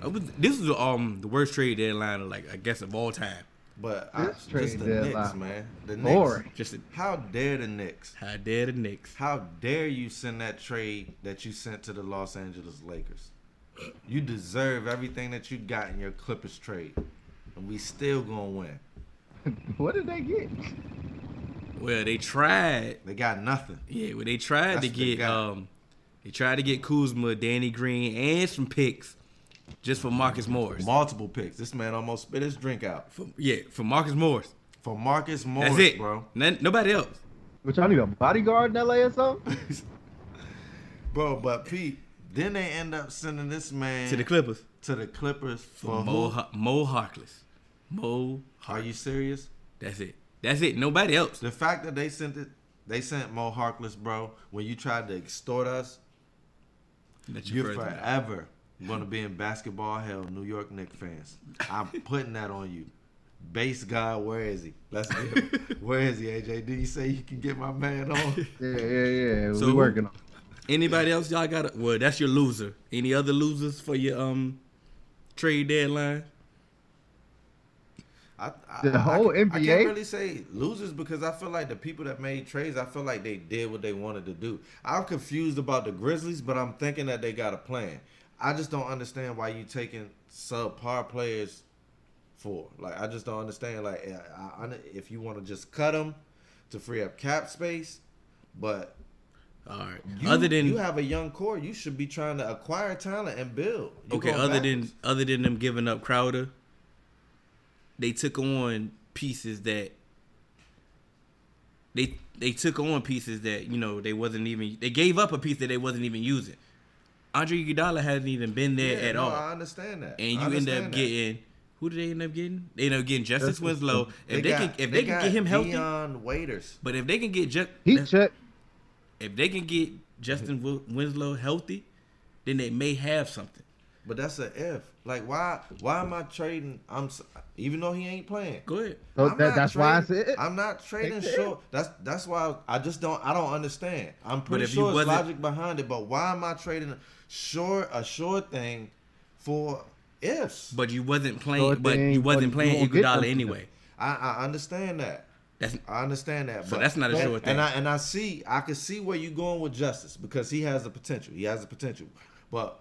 I was, this is um the worst trade deadline of, like I guess of all time.
But
This
I,
trade
just the
deadline.
Knicks, man. The Knicks.
Boring.
Just a,
How dare the Knicks?
how dare the Knicks?
How dare you send that trade that you sent to the Los Angeles Lakers? You deserve everything that you got in your Clippers trade, and we still gonna win.
[laughs] What did they get?
Well, they tried.
They got nothing.
Yeah, well they tried
That's
to
what they
get
got.
um they tried to get Kuzma, Danny Green, and some picks just for Marcus Morris.
Multiple picks. This man almost spit his drink out
for, yeah, for Marcus Morris.
for Marcus Morris,
That's it,
bro.
None, nobody else.
Which I need a bodyguard in LA or something?
Bro, but Pete. Then they end up sending this man
To the Clippers.
to the Clippers for
For
who?
Mo, Har- Mo Harkless. Mo.
Are you serious?
That's it. That's it. Nobody else.
The fact that they sent it, they sent Mo Harkless, bro. When you tried to extort us,
That you
You're
further down.
forever gonna be in basketball hell, New York Knicks fans. I'm putting that on you. Base guy, where is he? Let's get him. Where is he, AJ? Did you say you can get my man on?
[laughs] Yeah, yeah, yeah.
So
we
who-
working on. it.
Anybody else y'all got? Well, that's your loser. Any other losers for your um trade deadline?
I, I,
The
I-
whole
I, can't- I
NBA?
can't really say losers because I feel like the people that made trades, I feel like they did what they wanted to do. I'm confused about the Grizzlies, but I'm thinking that they got a plan. I just don't understand why you taking subpar players for. Like I just don't understand. Like eh, I, I, if you want to just cut them to free up cap space, but
All right.
you,
other than
you have a young core, you should be trying to acquire talent and build. You
okay,
going
other
backwards.
than other than them giving up Crowder, they took on pieces that they they took on pieces that you know they wasn't even they gave up a piece that they wasn't even using. Andre Iguodala hasn't even been there
Yeah,
at
no,
all,
I understand that. I
and you end
understand
up
that.
getting who did they end up getting? They end up getting Justice
Justice
Winslow. If they,
got-
can if they, can
got
get him healthy,
Deion Waiters.
but if they can get Ju-
Heat check.
if they can get Justin Wi- Winslow healthy, then they may have something.
But that's an if. Like why? Why am I trading? I'm s- even though he ain't playing.
Go ahead.
So
I'm
that,
not
that's why I
trading-
said it.
I'm not trading
the if.
short. That's that's why I just don't. I don't understand. I'm pretty
if you
sure it's
wasn't-
logic behind it. But why am I trading short a short thing for ifs?
But you wasn't playing.
Sure
but
thing,
you
but
wasn't
you
playing
won't get
Iguodala
them.
anyway.
I, I understand that.
That's
I understand that.
So
but
that's not a
and-
sure thing.
And I and I see I can see where you're going with justice because he has the potential. He has the potential. But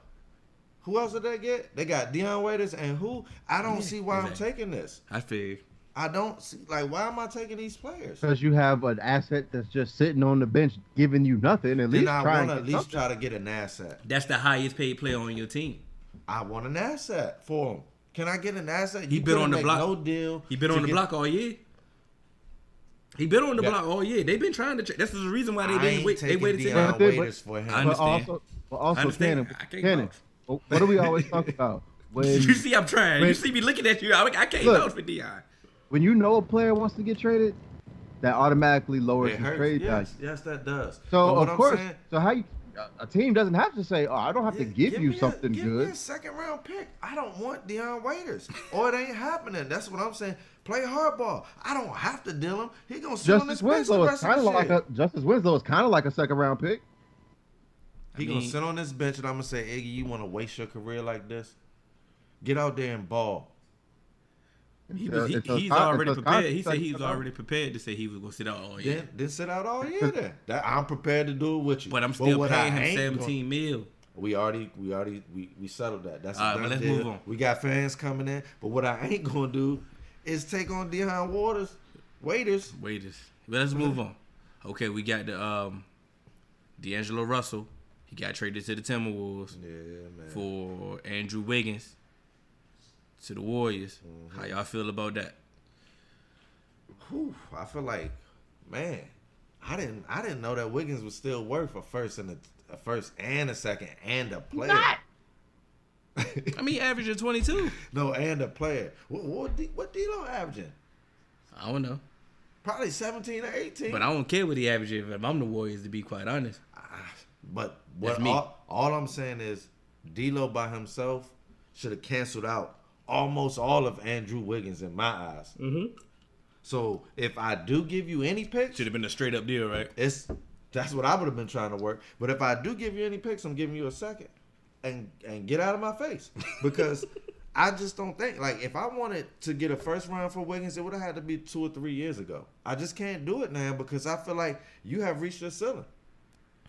who else did they get? They got Deion Waiters and who? I don't see why
exactly.
I'm taking this.
I feel.
I don't see like why am I taking these players?
Because you have an asset that's just sitting on the bench giving you nothing. At least
Then I
try
want
and
to
get
at least try
something.
to get an asset.
That's the highest paid player on your team.
I want an asset for him. Can I get an asset?
He
You
been
couldn't
on the
make
block.
No deal.
He been
to
on the
get-
block all year. He been on the
Yeah.
block all year. They've been trying to. Tra- that's the reason why they
I
didn't
ain't
wait. They
taking
waited.
Deion
Till-
But-
Waiters for him.
I understand.
But also, but also
understand.
Cannon.
I can't
Cannon.
vouch.
Well, What do we always
[laughs]
talk about?
[laughs]
When
you see, I'm trying. You
Wait.
see me looking at you. I, I can't
Look.
vouch for Dion.
when you know a player wants to get traded, that automatically lowers
It
his
hurts.
trade value.
Yes, yes, that does.
So
But what
of
I'm
course,
saying-
so how you a team doesn't have to say, "Oh, I don't have to
Yeah,
give, you
me a-
something
give
good."
Me a second round pick. I don't want Deion Waiters, or it ain't happening. That's what I'm saying. Play hardball. I don't have to deal him. He gonna sit on his bench
Justice
the
Winslow is
rest
kind
of
of
the
like
year.
a Justice Winslow is kind of like a second round pick.
He
I
gonna
mean-
sit on this bench, and I'm gonna say, Iggy, you want to waste your career like this? Get out there and ball.
He
Until-
was, he,
until
he's
con-
already
until
prepared.
con-
He said he was
until-
already prepared to say he was gonna sit out all year.
Then, then sit out
[laughs]
all year. Then that, I'm prepared to do it with you.
But I'm still
what
paying
I
him
ain't gonna-
17 mil.
We already, we already, we, we settled that. That's a
All right,
done
but let's
deal.
move on.
We got fans coming in, but what I ain't gonna do is take on Deion Waters, Waiters.
Waiters. But let's move on. Okay, we got the um, D'Angelo Russell. He got traded to the Timberwolves
Yeah, man.
for Andrew Wiggins to the Warriors. How y'all feel about that?
Whew, I feel like, man, I didn't, I didn't know that Wiggins was still worth a first and a, a first and a second and a player.
I mean, averaging 22.
[laughs] No, and a player. What what, D, what D-Lo averaging?
I don't know,
Probably seventeen or eighteen.
but I don't care what he averages if I'm the Warriors. To be quite honest,
Ah, But what
That's me.
All, all I'm saying is D'Lo by himself should have canceled out almost all of Andrew Wiggins in my eyes. Mm-hmm. So if I do give you any picks,
should have been a straight up deal, right?
it's that's what I would have been trying to work. But if I do give you any picks, I'm giving you a second, and and get out of my face
[laughs]
because. I just don't think like if I wanted to get a first round for Wiggins, it would have had to be two or three years ago. I just can't do it now because I feel like you have reached your ceiling.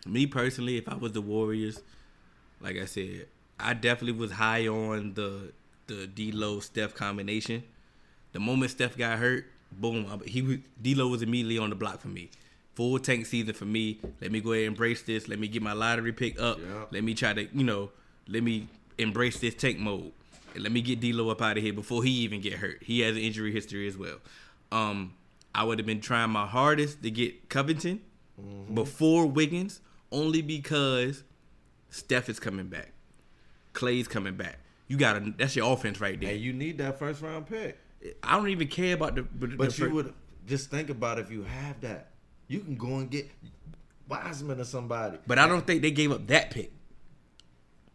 Me personally, if I was the Warriors, like I said, I definitely was high on the the D'Lo Steph combination. The moment Steph got hurt, boom, I- he was- D'Lo was immediately on the block for me. Full tank season for me. Let me go ahead and embrace this. Let me get my lottery pick up.
Yeah.
Let me try to, you know, let me embrace this tank mode. And let me get D'Lo up out of here before he even get hurt. He has an injury history as well. Um, I would have been trying my hardest to get Covington
Mm-hmm.
before Wiggins, only because Steph is coming back, Clay's coming back. You got to that's your offense right there.
And you need that first round pick.
I don't even care about the. the
But
the
you
fir-
would just think about if you have that. You can go and get Wiseman or somebody.
But I don't think they gave up that pick.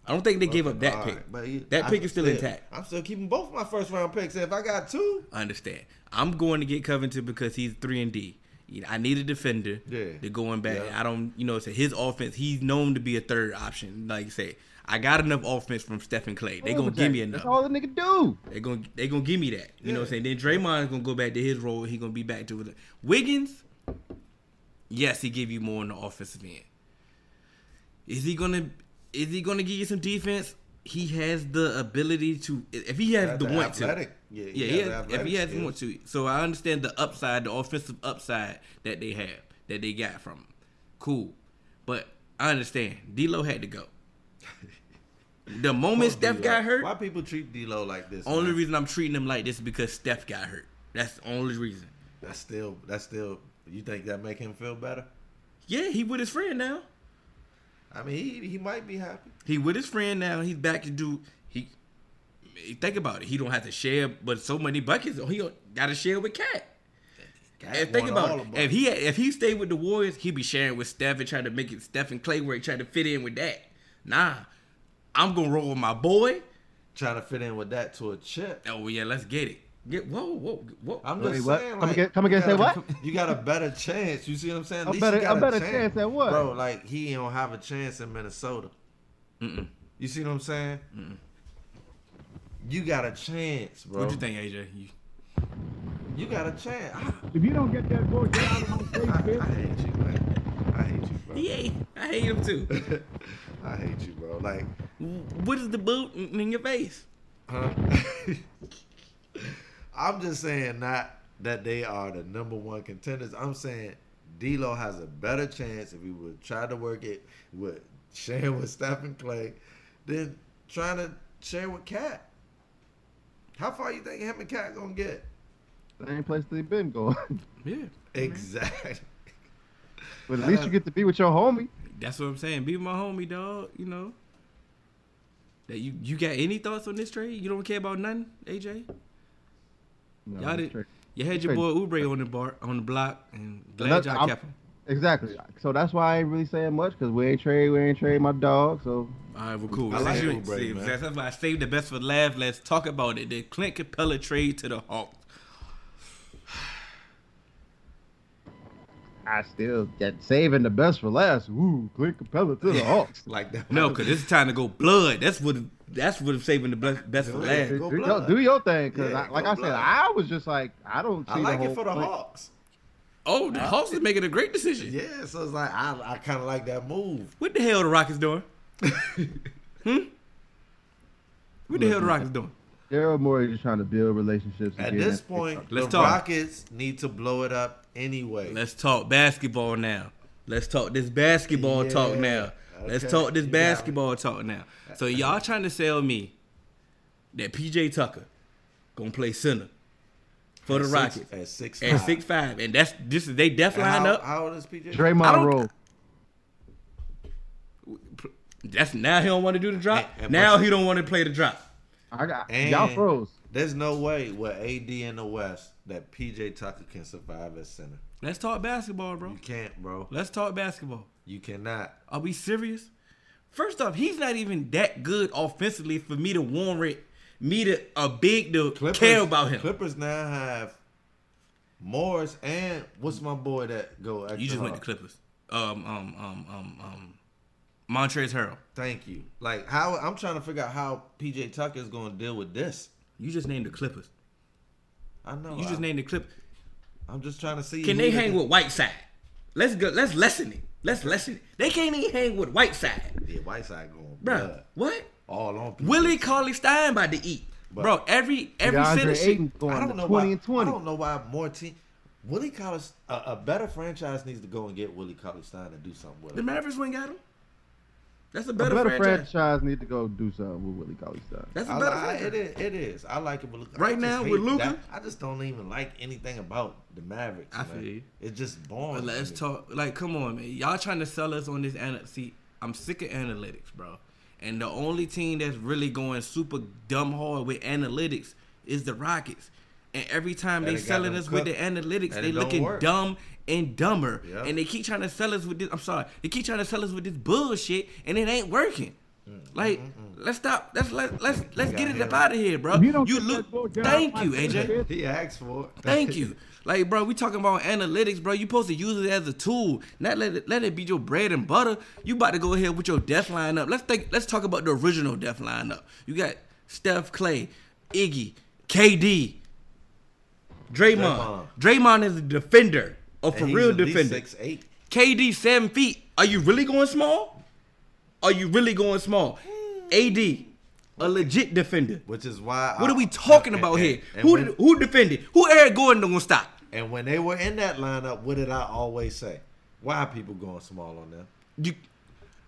I don't think they gave up that
All
pick.
right, but you-
that
I
pick is still intact.
I'm still keeping both my first round picks. If I got two,
I understand. I'm going to get Covington because he's three and D. You know, I need a defender
Yeah.
to go in back.
Yeah.
I don't, you know, so his offense. He's known to be a third option. Like you say, I got enough offense from Stephen Clay. They gonna give me
That's
enough.
all the nigga do.
They gonna they gonna give me that. You know what I'm saying? Then Draymond's gonna go back to his role. He gonna be back to it. Wiggins. Yes, he give you more on the offensive end. Is he gonna is he gonna give you some defense? He has the ability to if he has
Got
the
the
want to.
athletic- yeah, he
yeah, he
got
has,
the
if
athletic
he has the
skills.
want to. So I understand the upside, the offensive upside that they have that they got from him. Cool, but I understand D'Lo had to go.
[laughs]
The moment Steph
D-Lo.
got hurt,
Why people treat D'Lo like this?
only
man?
reason I'm treating him like this is because Steph got hurt. That's the only reason.
that's still that's still. You think that make him feel better?
Yeah, he with his friend now.
I mean, he, he might be happy.
He with his friend now. He's back to do. He think about it. He don't have to share, but so many buckets. He got to share with Cat.
Cat
And think
won all
about it.
of them.
If he had, if he stayed with the Warriors, he'd be sharing with Steph and trying to make it Steph and Clay work, trying to fit in with that. Nah, I'm gonna roll with my boy.
trying to fit in with that to a chip.
Oh yeah, let's get it. Get whoa whoa whoa.
I'm
Wait,
just
what?
saying,
Come
like,
again- come
you
again, say
got a-
what?
You got a better chance. You see what I'm saying?
A
At least
better-
you got
a better chance at what?
bro? Like he don't have a chance in Minnesota. You see what I'm saying? You got a chance, bro.
what you think, AJ? You,
You got a chance. I,
If you don't get that boy, get out of my
I, I hate you, man. I hate you, bro.
yeah, I hate him too.
[laughs] I hate you, bro. Like,
What is the boot in in your face?
huh? [laughs] I'm just saying, not that they are the number one contenders. I'm saying D'Lo has a better chance if he would try to work it with sharing with Steph and Clay than trying to share with Cat. How far you think him and Cat gonna get?
Same place they've been going. [laughs]
Yeah,
Exactly.
but at least you get to be with your homie.
that's what I'm saying. Be my homie, dog. You know. That you you got any thoughts on this trade? You don't care about nothing, AJ.
No,
Y'all
that's
did.
true.
You had your
trade-
boy Ubre on the bar on the block, and glad
Another-
y'all
I'm-
kept him.
Exactly. So that's why I ain't really saying much because we ain't trade, we ain't trade my dog. So
All right, well, cool.
I like
Since you-
Kool Brady,
see,
man.
That's that's why I saved the best for last. Let's talk about it. The Clint Capella trade to the Hawks.
I still get saving the best for last. Ooh, Clint Capella
[laughs]
to the Hawks.
like that.
No, because it's time to go blood. That's what. That's what saving the best, best for last.
Go
do, your,
blood.
do your thing, cause
Yeah,
I, like
go
I said,
blood.
I was just like, I don't see
I like
the whole
it for the
Clint-
Hawks.
Oh, the Hawks is making a great decision.
Yeah, so it's like I, I kind of like that move.
What the hell the
[laughs]
Rockets doing? hmm? What the hell the Rockets doing?
Daryl Morey just trying to build relationships. and
At
get
this
in-
point,
Let's
the
talk.
Rockets need to blow it up anyway.
Let's talk basketball now. Let's talk this basketball
Yeah.
talk now. Let's
Okay. Uh,
talk this
You got me.
basketball talk now. So y'all trying to sell me that PJ Tucker gonna play center for the
At six-
Rockets
at six.
at six five, and that's this is they def
And
line
how,
up.
How old is PJ?
I
Draymond
don't-
Roll.
that's now he don't want to do the drop.
And- and
now
plus-
he don't want to play the drop.
I got
And-
y'all froze.
There's no way with AD in the West that PJ Tucker can survive as center.
Let's talk basketball, bro.
You can't, bro.
Let's talk basketball.
You cannot.
Are we serious? First off, he's not even that good offensively for me to warrant me to a big to care about him.
Clippers now have Morris and what's my boy that go? Extra
You just went to
hard?
Clippers. Um, um, um, um, um, Montrezl Harrell.
Thank you. Like how I'm trying to figure out how PJ Tucker is going to deal with this.
You just named the Clippers.
I know.
You just
I,
named the Clippers.
I'm just trying to see.
Can
who
they
the-
hang with Whiteside? Let's go. Let's lessen it. Let's lessen it. They can't even hang with Whiteside,
Yeah, Whiteside going.
bro.
blood.
What?
All on. PJ.
Willie Cauley Stein about to eat, bro. Every every center
DeAndre
shit.
Ayton
I
going
don't
to
know
twenty
why,
and twenty.
I don't know why more team. Willie College, a, a better franchise needs to go and get Willie College Stein and do something with
The
him.
Mavericks went got him. That's a
A
better,
better
franchise.
franchise. need to go do something with Willie Cauley Stein.
That's a
I,
better
I,
franchise.
it is. It is. I like it. With, Luka. I
Right
just
now,
hate
with Luka?
that- I just don't even like anything about the Mavericks.
I
man.
feel you.
It's just boring.
But
to
let's
me.
talk. Like, come on, man. Y'all trying to sell us on this ana- See, I'm sick of analytics, bro. And the only team that's really going super dumb hard with analytics is the Rockets. And every time
And
they
it got
selling
them
us with the
cooked.
analytics,
And
they
it don't
looking
work.
dumb and dumber.
Yeah.
And they keep trying to sell us with this. I'm sorry. They keep trying to sell us with this bullshit, and it ain't working. Like, let's stop. Let's let let's
Mm-hmm.
let's
got
get it
him.
up out of here, bro.
If
You,
don't get that ball
look.
down,
Thank
I
you,
think
AJ.
it's-
He asked for it.
Thank
[laughs]
you. Like, bro, we talking about analytics, bro. You supposed to use it as a tool, not let it let it be your bread and butter. You about to go ahead with your death lineup. Let's think. Let's talk about the original death lineup. You got Steph, Clay, Iggy, KD, Draymond.
Draymond.
Draymond is a defender, a for
And he's
real
at least
defender.
Six eight.
KD seven feet. Are you really going small? Are you really going small?
Hmm.
AD, a legit defender.
Which is why.
What
I-
are we talking
and-
about
and-
here?
and
Who
when-
did, who defended? Who Eric Gordon gonna stop?
And when they were in that lineup, what did I always say? Why are people going small on them?
You,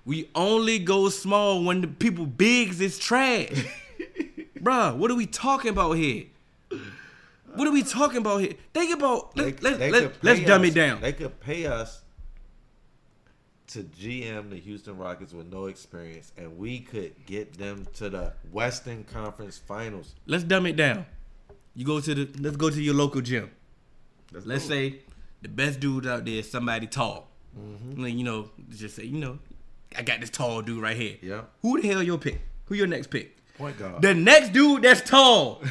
we only go small when the people bigs
[laughs]
is trash. Bruh, what are we talking about here? What are we talking about here? Think about
They-
let, let,
they
let,
could pay
let's dumb
us-
it down.
They could pay us to GM the Houston Rockets with no experience, and we could get them to the Western Conference Finals.
let's dumb it down. You go to the let's go to your local gym.
That's
Let's
cool.
say the best dude out there is somebody tall.
Mm-hmm.
Like, you know, just say, you know, I got this tall dude right here.
Yeah.
Who the hell your pick? Who your next pick?
point guard.
The next dude that's
[laughs]
tall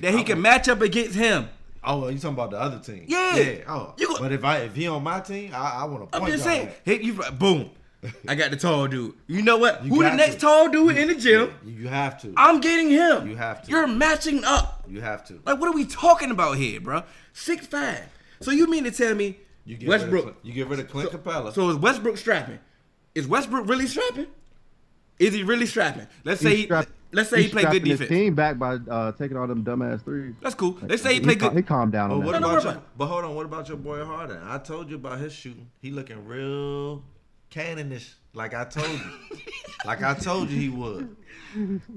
that he can match up against him.
oh, you talking about the other team?
Yeah.
Yeah. Oh,
You go-
but if I if he on my team, I, I want to
I'm
point
just
guard
saying,
that.
hit you right- boom. I got the tall dude. You know what?
You
Who the
got
next
to.
tall dude in the gym?
You, you have to.
I'm getting him.
You have to.
You're matching up.
you have to.
Like, what are we talking about here, bro? Six five. So you mean to tell me
You get
Westbrook?
Rid of, Clint- you get rid of Clint Capella.
So is Westbrook strapping? Is Westbrook really strapping? Is he really strapping? Let's say he,
strapped-
let's say he
he's
played good
strapping his
defense.
Team back by uh, taking all them dumbass threes.
That's cool. Let's say he played
cal-
[laughs]
He
good.
calmed down
but
on
what
that.
don't
about
worry
your,
about
but hold on, what about your boy Harden? I told you about his shooting. He looking real cannonish, like I told you, like I told you he would.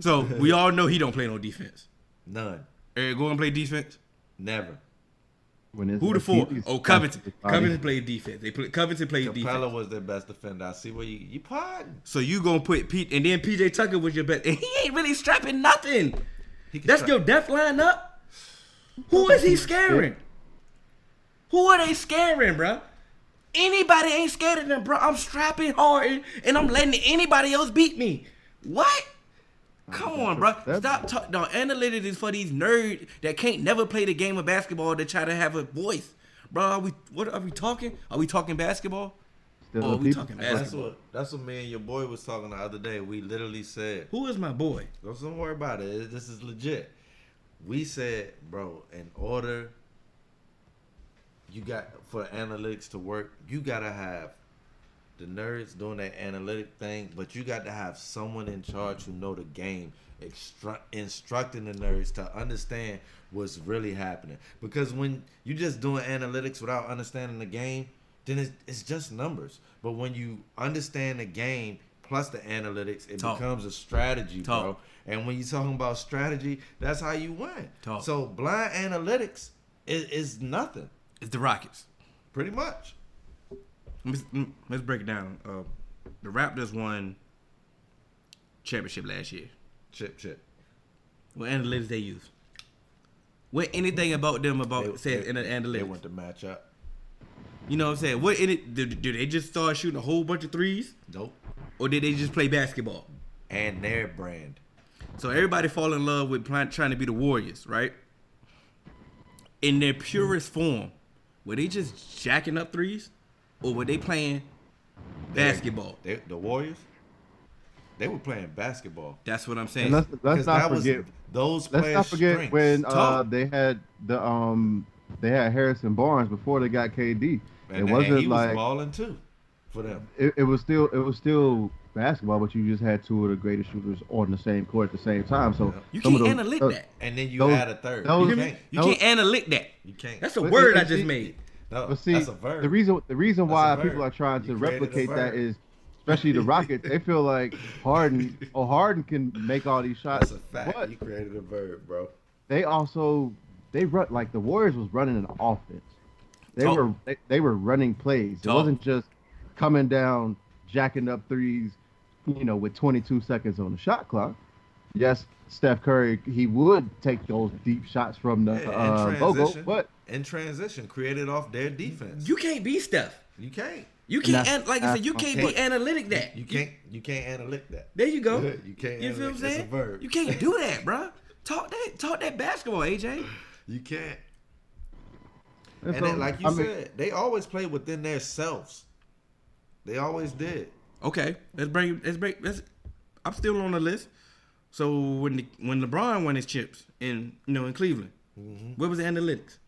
So we all know he don't play no defense.
None,
Eric Gordon play defense.
never.
When it's-
Who the
it's-
four?
he's-
Oh, Covington.
he's-
Covington played defense. They play, Covington played
Capella
defense.
was their best defender. I see where you you pardon.
So you gonna put Pete and then PJ Tucker was your best, and he ain't really strapping nothing.
He can
That's
try-
your depth lineup. Who is he scaring? Who are they scaring, bruh? Anybody ain't scared of them, bro. I'm strapping hard and, and I'm letting anybody else beat me. What? Come on, bro.
that's-
Stop talking. No, analytics is for these nerds that can't never play the game of basketball that try to have a voice. Bro, are we what are we talking? Are we talking basketball?
Still
Or are Oh, we
people-
talking
That's
basketball?
what that's what me and your boy was talking the other day. We literally said,
Who is my boy?
"Don't don't worry about it. This is legit." We said, "Bro, in order you got for analytics to work, you gotta have the nerds doing that analytic thing, but you got to have someone in charge who know the game, extra- instructing the nerds to understand what's really happening. Because when you just doing analytics without understanding the game, then it's, it's just numbers. But when you understand the game plus the analytics, it
Talk.
becomes a strategy,
Talk.
bro. And when you're talking about strategy, that's how you win.
Talk.
So blind analytics is, is nothing,
It's the Rockets.
pretty much.
Let's, mm, let's break it down. Uh, the Raptors won championship last year.
Chip, chip.
What analytics they use? What anything about them about
They-
says
they-
Oh, in the
They
analytics?
want to match up.
You know what I'm saying? What in it? Do, do they just start shooting a whole bunch of threes,
Nope.
or did they just play basketball?
and their brand.
So everybody fall in love with plan- trying to be the Warriors, right? In their purest form, were they just jacking up threes, or were they playing basketball?
They, the Warriors, they were playing basketball.
That's what I'm saying.
And let's, let's
'Cause
not
that was
forget.
those
Let's
players.
not forget
strengths.
when uh,
Talk.
they had the um they had Harrison Barnes before they got KD.
and,
it
and
wasn't
he was
like
balling too for them.
it, it was still it was still basketball, but you just had two of the greatest shooters on the same court at the same time. So
you
some
can't
of those-
analytic
uh,
that.
And then you
Those-
add a third.
those-
you can't.
You
No.
can't analytic that.
You can't.
That's a
But
word
it-
I
it-
just
it-
made.
no,
But see,
that's a verb.
the reason the reason
That's a
why
verb.
people are trying to
You created a
replicate that
verb.
is, especially the Rockets, they feel like
[laughs]
Harden or Harden can make all these shots,
that's a fact.
but
You created a verb, bro.
they also they run like the Warriors was running an offense. They
Talk.
were they, they were running plays. It
Talk.
wasn't just coming down, jacking up threes, you know, with 22 seconds on the shot clock. Yes, Steph Curry he would take those deep shots from the
Yeah, in
uh, Bogo,
transition.
but
In transition, created off their defense.
You can't be Steph.
you can't.
You can't,
that's-
an, like I said, you
that's
can't
my
be analytic that.
You can't. You can't analytic that.
There you go.
[laughs] You can't
You
analytic.
feel what I'm
It's
saying?
a verb.
You can't do that, bruh. Talk that, talk that basketball, AJ.
You can't.
and
And
so,
then, like you
I mean,
said, they always play within themselves. They always did.
Okay, let's bring, let's break. Let's. I'm still on the list. So when the, when LeBron won his chips in you know in Cleveland,
Mm-hmm.
what was the analytics?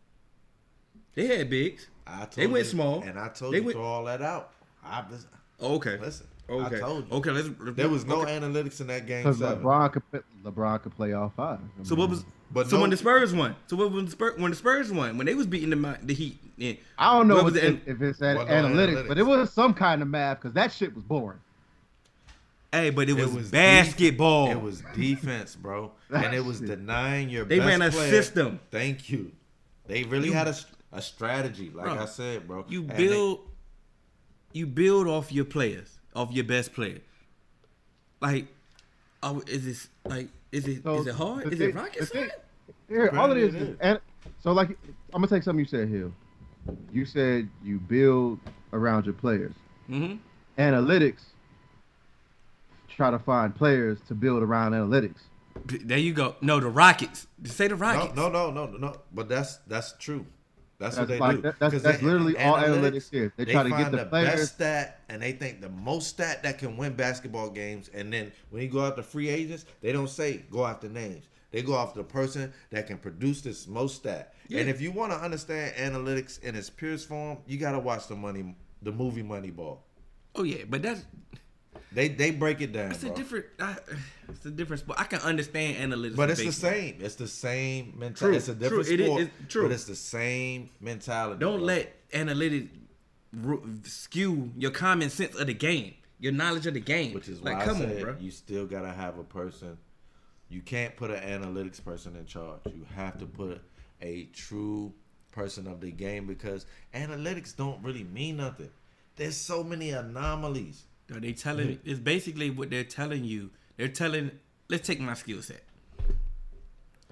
They had bigs.
I told
They went
you-
small.
and I told
They
you
went-
throw all that out. I was,
Oh, okay.
listen.
Okay.
I told you.
Okay. Let's.
There was no
okay.
analytics in that game
Because
seven.
LeBron could play- LeBron could play all five. I
So what
mean,
was?
But
so
no-
when the Spurs won. So what when the Spurs, when the Spurs won when they was beating the Mi- the Heat. Yeah.
I don't know
What
if,
was
it-
the-
if it's an
Well, no,
analytics,
analytics.
but it was some kind of math because that shit was boring.
Hey, but it was,
was
basketball.
It was defense, bro, and it was denying your.
They
best
ran a
player.
system.
Thank you. They really had a, s- a strategy, like
Bro,
I said, bro.
you
And they-
build you build off your players, off your best player. Like, oh, is this like is it is
So,
it hard?
the
Is it
thing- the
rocket
thing-
science?
Here, all it
Apparently
is,
it
is-
is.
and so like I'm gonna take something you said, Hill. You said you build around your players.
Mm-hmm.
Analytics try to find players to build around analytics.
There you go. No, the Rockets. Just say the
no,
Rockets.
no, no, no, no. But that's that's true. That's, what they
That's like-
do.
that- that's-
'Cause
that's
they-
literally all analytics is. They try to get
find
the players-
best stat and they think the most stat that can win basketball games. And then when you go out to free agents, they don't say go after names. They go after the person that can produce this most stat.
Yeah.
And if you want to understand analytics in its purest form, you got to watch the money, the movie Moneyball.
Oh yeah, but that's
They they break it down.
that's a
bro.
different. I, [sighs] it's a different sport. I can understand analytics,
But
in
it's the
baseball.
same. It's the same
True,
mentality. It's a
true.
different
It is-
sport.
it's true.
But it's the same mentality.
Don't
bro.
let analytics ru- skew your common sense of the game, your knowledge of the game.
Which is why
like,
I
come
said
on, bro.
you still gotta have a person. You can't put an analytics person in charge. You have to put a true person of the game because analytics don't really mean nothing. There's so many anomalies.
Are they telling?
[laughs]
It's basically what they're telling you. They're telling. Let's take my skill set.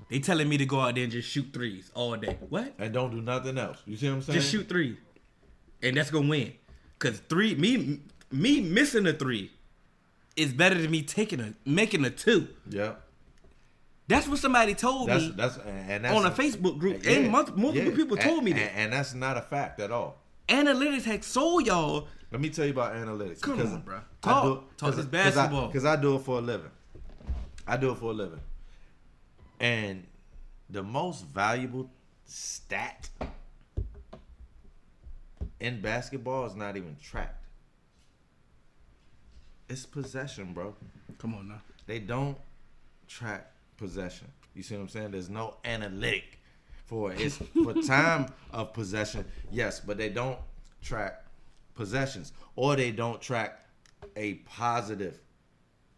They telling me to go out there and just shoot threes all day. What?
And don't do nothing else. You see what I'm saying?
Just shoot three, and that's gonna win. Cause three, me, me missing a three, is better than me taking a making a two.
Yep.
That's what somebody told
That's
me
that's and that's
on a Facebook group,
Yeah,
and mul- multiple
yeah.
people told me
And-
that.
and, and that's not a fact at all.
Analytics had sold y'all.
Let me tell you about analytics.
Come
because
on, bruh.
I
Talk.
do-
Talk
cause-
this
cause I-
basketball.
Cause I do it for a living. I do it for a living. And the most valuable stat in basketball is not even tracked. It's possession, bro.
Come on now.
They don't track possession. You see what I'm saying? There's no analytic for it. It's for time of possession, yes, but they don't track possessions or they don't track a positive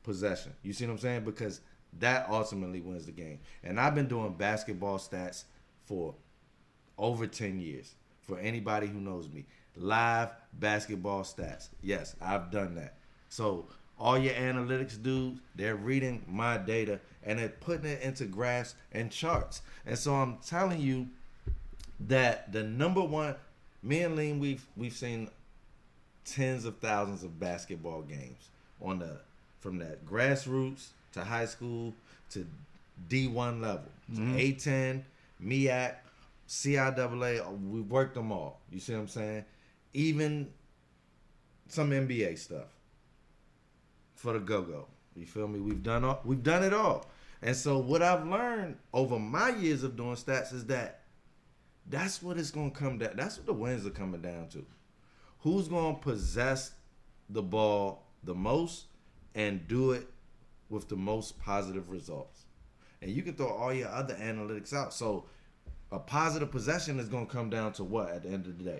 possession. You see what I'm saying? Because that ultimately wins the game. And I've been doing basketball stats for over 10 years for anybody who knows me. Live basketball stats. Yes, I've done that. So all your analytics dudes, they're reading my data and they're putting it into graphs and charts. And so I'm telling you that the number one me and Lean we've we've seen tens of thousands of basketball games on the from that grassroots to high school to D1 level, to A10, MEAC, CIAA. We worked them all. You see what I'm saying? Even some NBA stuff for the go go. You feel me? We've done all, we've done it all. And so what I've learned over my years of doing stats is that that's what it's gonna come down. That's what the wins are coming down to who's going to possess the ball the most and do it with the most positive results. And you can throw all your other analytics out. So a positive possession is going to come down to what at the end of the day?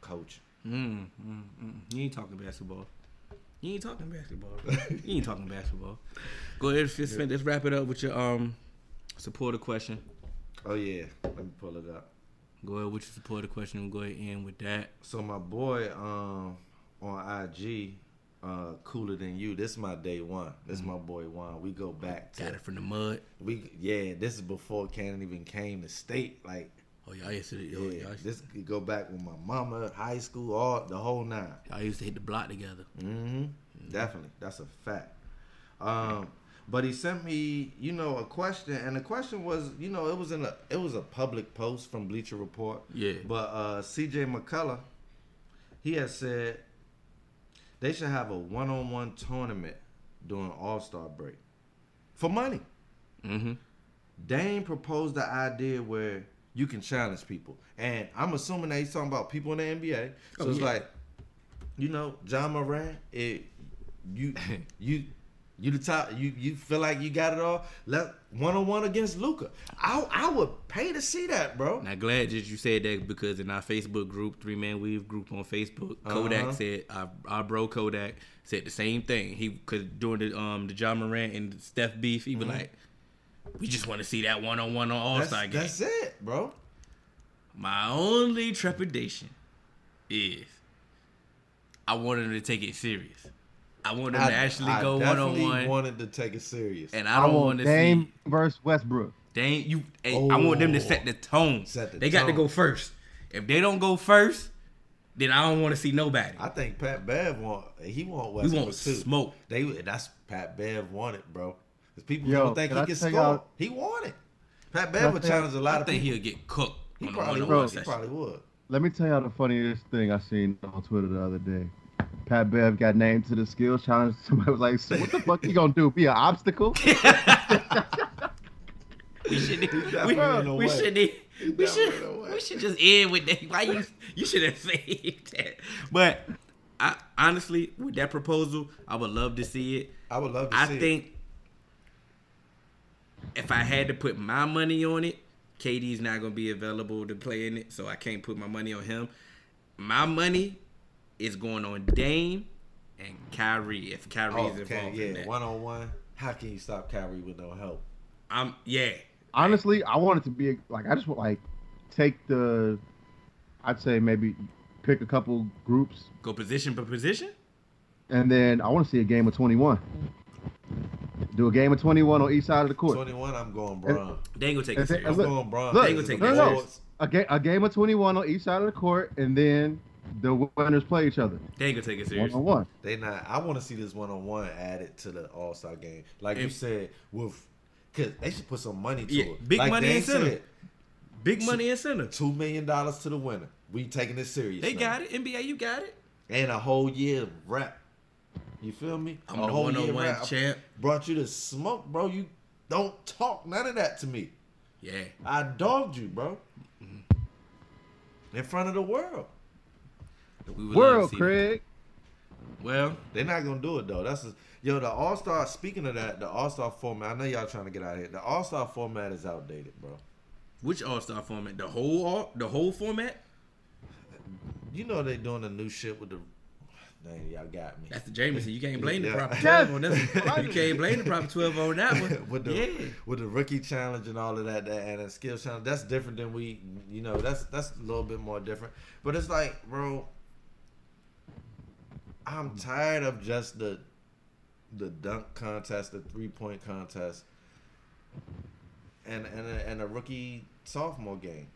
Coach.
You ain't talking basketball. You ain't talking basketball. bro. you ain't talking basketball. Go ahead, just fin- let's wrap it up with your um supporter question.
Oh, yeah. Let me pull it up.
Go ahead with your supporter question. and Go ahead and end with that.
So my boy um, on IG, uh, Cooler Than You, this is my day one. This is my boy Juan. We go back to,
Got it from the mud.
we yeah, this is before Cannon even came to state. Like,
Oh y'all used to y'all,
Yeah,
y'all,
this could go back with my mama, high school, all the whole nine.
y'all used to hit the block together.
Mm-hmm. Definitely, that's a fact. Um, but he sent me, you know, a question, and the question was, you know, it was in a, it was a public post from Bleacher Report.
Yeah.
But uh, C.J. McCullough, he had said they should have a one-on-one tournament during All Star break for money.
Mm-hmm.
Dame proposed the idea where you can challenge people. And I'm assuming that he's talking about people in the NBA. So
Oh,
it's
yeah.
like, you know, John Moran, it
[laughs]
you you you the top you you feel like you got it all. Let one on one against Luca. I I would pay to see that, bro.
Now glad that you said that because in our Facebook group, three man weave group on Facebook, Kodak
Uh-huh.
said our, our bro Kodak said the same thing. He could during the um the John Moran and Steph beef, he was like, "We just want to see that one on one on All
Mm-hmm. That's,
Star game."
that's it, bro.
My only trepidation is I wanted him to take it serious. I wanted him to actually
I
go one on
definitely
one,
wanted to take it serious.
and
I,
I don't
want
want to
Um, Dame
see
versus Westbrook.
Dame. You, hey, I want them to
Oh.
set the tone.
Set the
they got to
tone.
go first. If they don't go first, then I don't want to see nobody.
I think Pat Bev want he want Westbrook
want
too.
smoke.
They that's Pat Bev wanted, bro. Because people
Yo,
don't think
can
he
I
can
tell
score.
y'all-
He wanted. Pat
I
Bev would
tell-
challenge a lot
I
of
think
people.
he'll get cooked
He
on a
probably
one-on-one
would. He
session.
probably would.
Let me tell y'all the funniest thing I seen on Twitter the other day. Pat Bev got named to the skills challenge. [laughs] Somebody was like, so "What the fuck you gonna do? Be an obstacle?"
[laughs] We should we,
definitely
we
went
should we should we should just end with that. Why you you should have saved that. But I honestly with that proposal, I would love to see it.
I would love to
I
see. it.
think if I had to put my money on it, KD's not gonna be available to play in it, so I can't put my money on him. My money is going on Dame and Kyrie if Kyrie's
Oh,
involved
okay,
in
yeah,
that.
one on one. How can you stop Kyrie with no help?
I'm yeah.
Honestly, I want it to be like I just want like take the, I'd say maybe pick a couple groups
Go position per position.
and then I want to see a game of 21. Do a game of 21 on each side of the court.
Twenty one. I'm going Bron.
They ain't gonna take
And
it
then-
serious.
I'm
look,
going Bron.
look,
They gonna take
no,
that
no,
serious.
A, ga- a game of 21 on each side of the court, and then the winners play each other
They ain't gonna take it
one
serious.
on one.
They not. I want to see this one on one added to the All Star game, like you
If-
said. With because they should put some money to
Yeah,
it.
big
Like
money
Dan
incentive.
said,
Big money incentive.
Two million dollars to the winner. We taking this serious.
They
now.
got it. NBA, you got it.
and a whole year rap. You feel me?
I'm
a
the
whole year
one-on-one
rap. I
champ.
Brought you to smoke, bro. You don't talk none of that to me.
Yeah.
I dogged you, bro. In front of the world.
We would love
World,
to see
Craig.
that. Well,
They're not gonna do it though. That's a, yo the All Star. Speaking of that, the All Star format. I know y'all trying to get out of here. The All Star format is outdated, bro.
which All Star format? The whole all, the whole format?
You know they doing the new shit with the. Dang, y'all got me.
That's the Jameson. You can't blame the
Yeah. [laughs]
proper
Yes.
twelve on this. one. You can't blame the proper twelve on [laughs] that one.
with the
yeah.
with the rookie challenge and all of that, that and a skill challenge. That's different than we, you know. That's that's a little bit more different. But it's like, bro, I'm tired of just the the dunk contest, the three point contest, and and a, and a rookie sophomore game.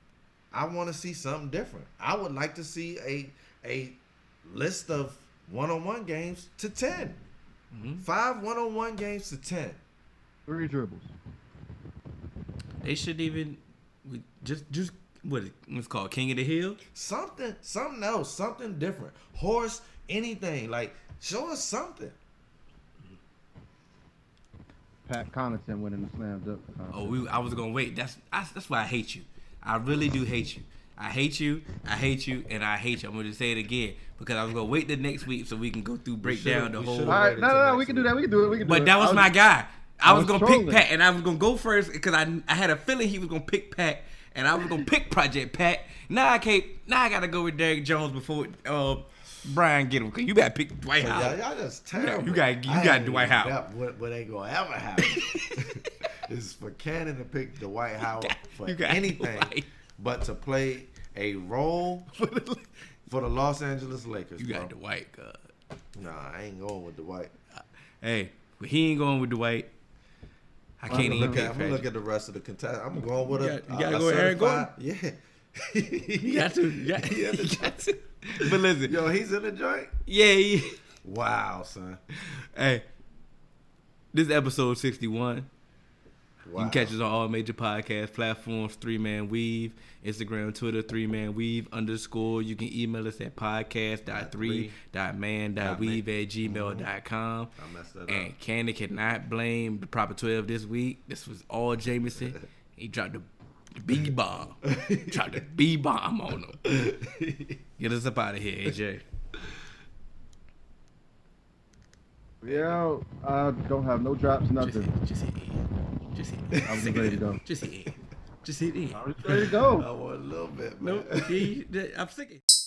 I want to see something different. I would like to see a a list of one on one games to 10 Five one on one games to ten.
Three dribbles.
They should even we just just what it- it's called King of the Hill.
something, something else, something different. Horse, anything. Like, show us something.
Pat Connaughton winning the slam dunk. contest.
Oh, we, I was gonna wait. That's I, that's why I hate you. I really do hate you. I hate you. I hate you, and I hate you. I'm gonna say it again because I was gonna wait the next week so we can go through break
should've-
down the
we
whole.
should've-
All right, no, no, no, we can do that. We can do it. We can do it.
But that was
I
my guy. I,
I
was,
was
gonna pick
trolling.
Pat, and I was gonna go first because I I had a feeling he was gonna pick Pat, and I was gonna pick Project Pat. Now I can't. Now I gotta go with Derrick Jones before uh, Brian get him. 'cause you gotta pick Dwight
But
Howard.
y'all, y'all just terrible.
you got- you
I
got
ain't
Dwight
even-
Howard.
That, what, what ain't gonna ever happen [laughs] is for Cannon to pick Dwight Howard for
[laughs] you got
anything,
Dwight.
but to play a role for the Los Angeles Lakers.
[laughs] You got
bro.
Dwight. God.
Nah, I ain't going with Dwight.
Hey, but he ain't going with Dwight. I
I'm
can't
gonna
even
look
pick
at, I'm gonna
Patrick.
look at the rest of the contestants. I'm going with
You
a.
got- you
a-
gotta
a
go with Aaron
certified- [laughs] Yeah.
[laughs] You got to. You got, [laughs] you got to. But listen,
Yo, he's in the joint.
yeah, yeah.
Wow, son.
Hey, this is episode 61.
Wow.
You can catch us on all major podcast platforms, Three Man Weave, Instagram, Twitter, Three Man Weave underscore. You can email us at podcast.3.man.weave at gmail.com.
Mm-hmm. I messed that up.
And Candy cannot blame the Proper 12 this week. This was all Jameson.
[laughs]
He dropped the B bomb. dropped the B bomb on
[laughs]
him. Get us up out of here, AJ.
Yeah, I don't have no drops,
Just hit,
nothing.
just hit in. Just hit in.
I'm just ready to go.
Just Oh. hit in. Just hit in.
There you go.
I want a little bit, man.
Nope. See, I'm sick of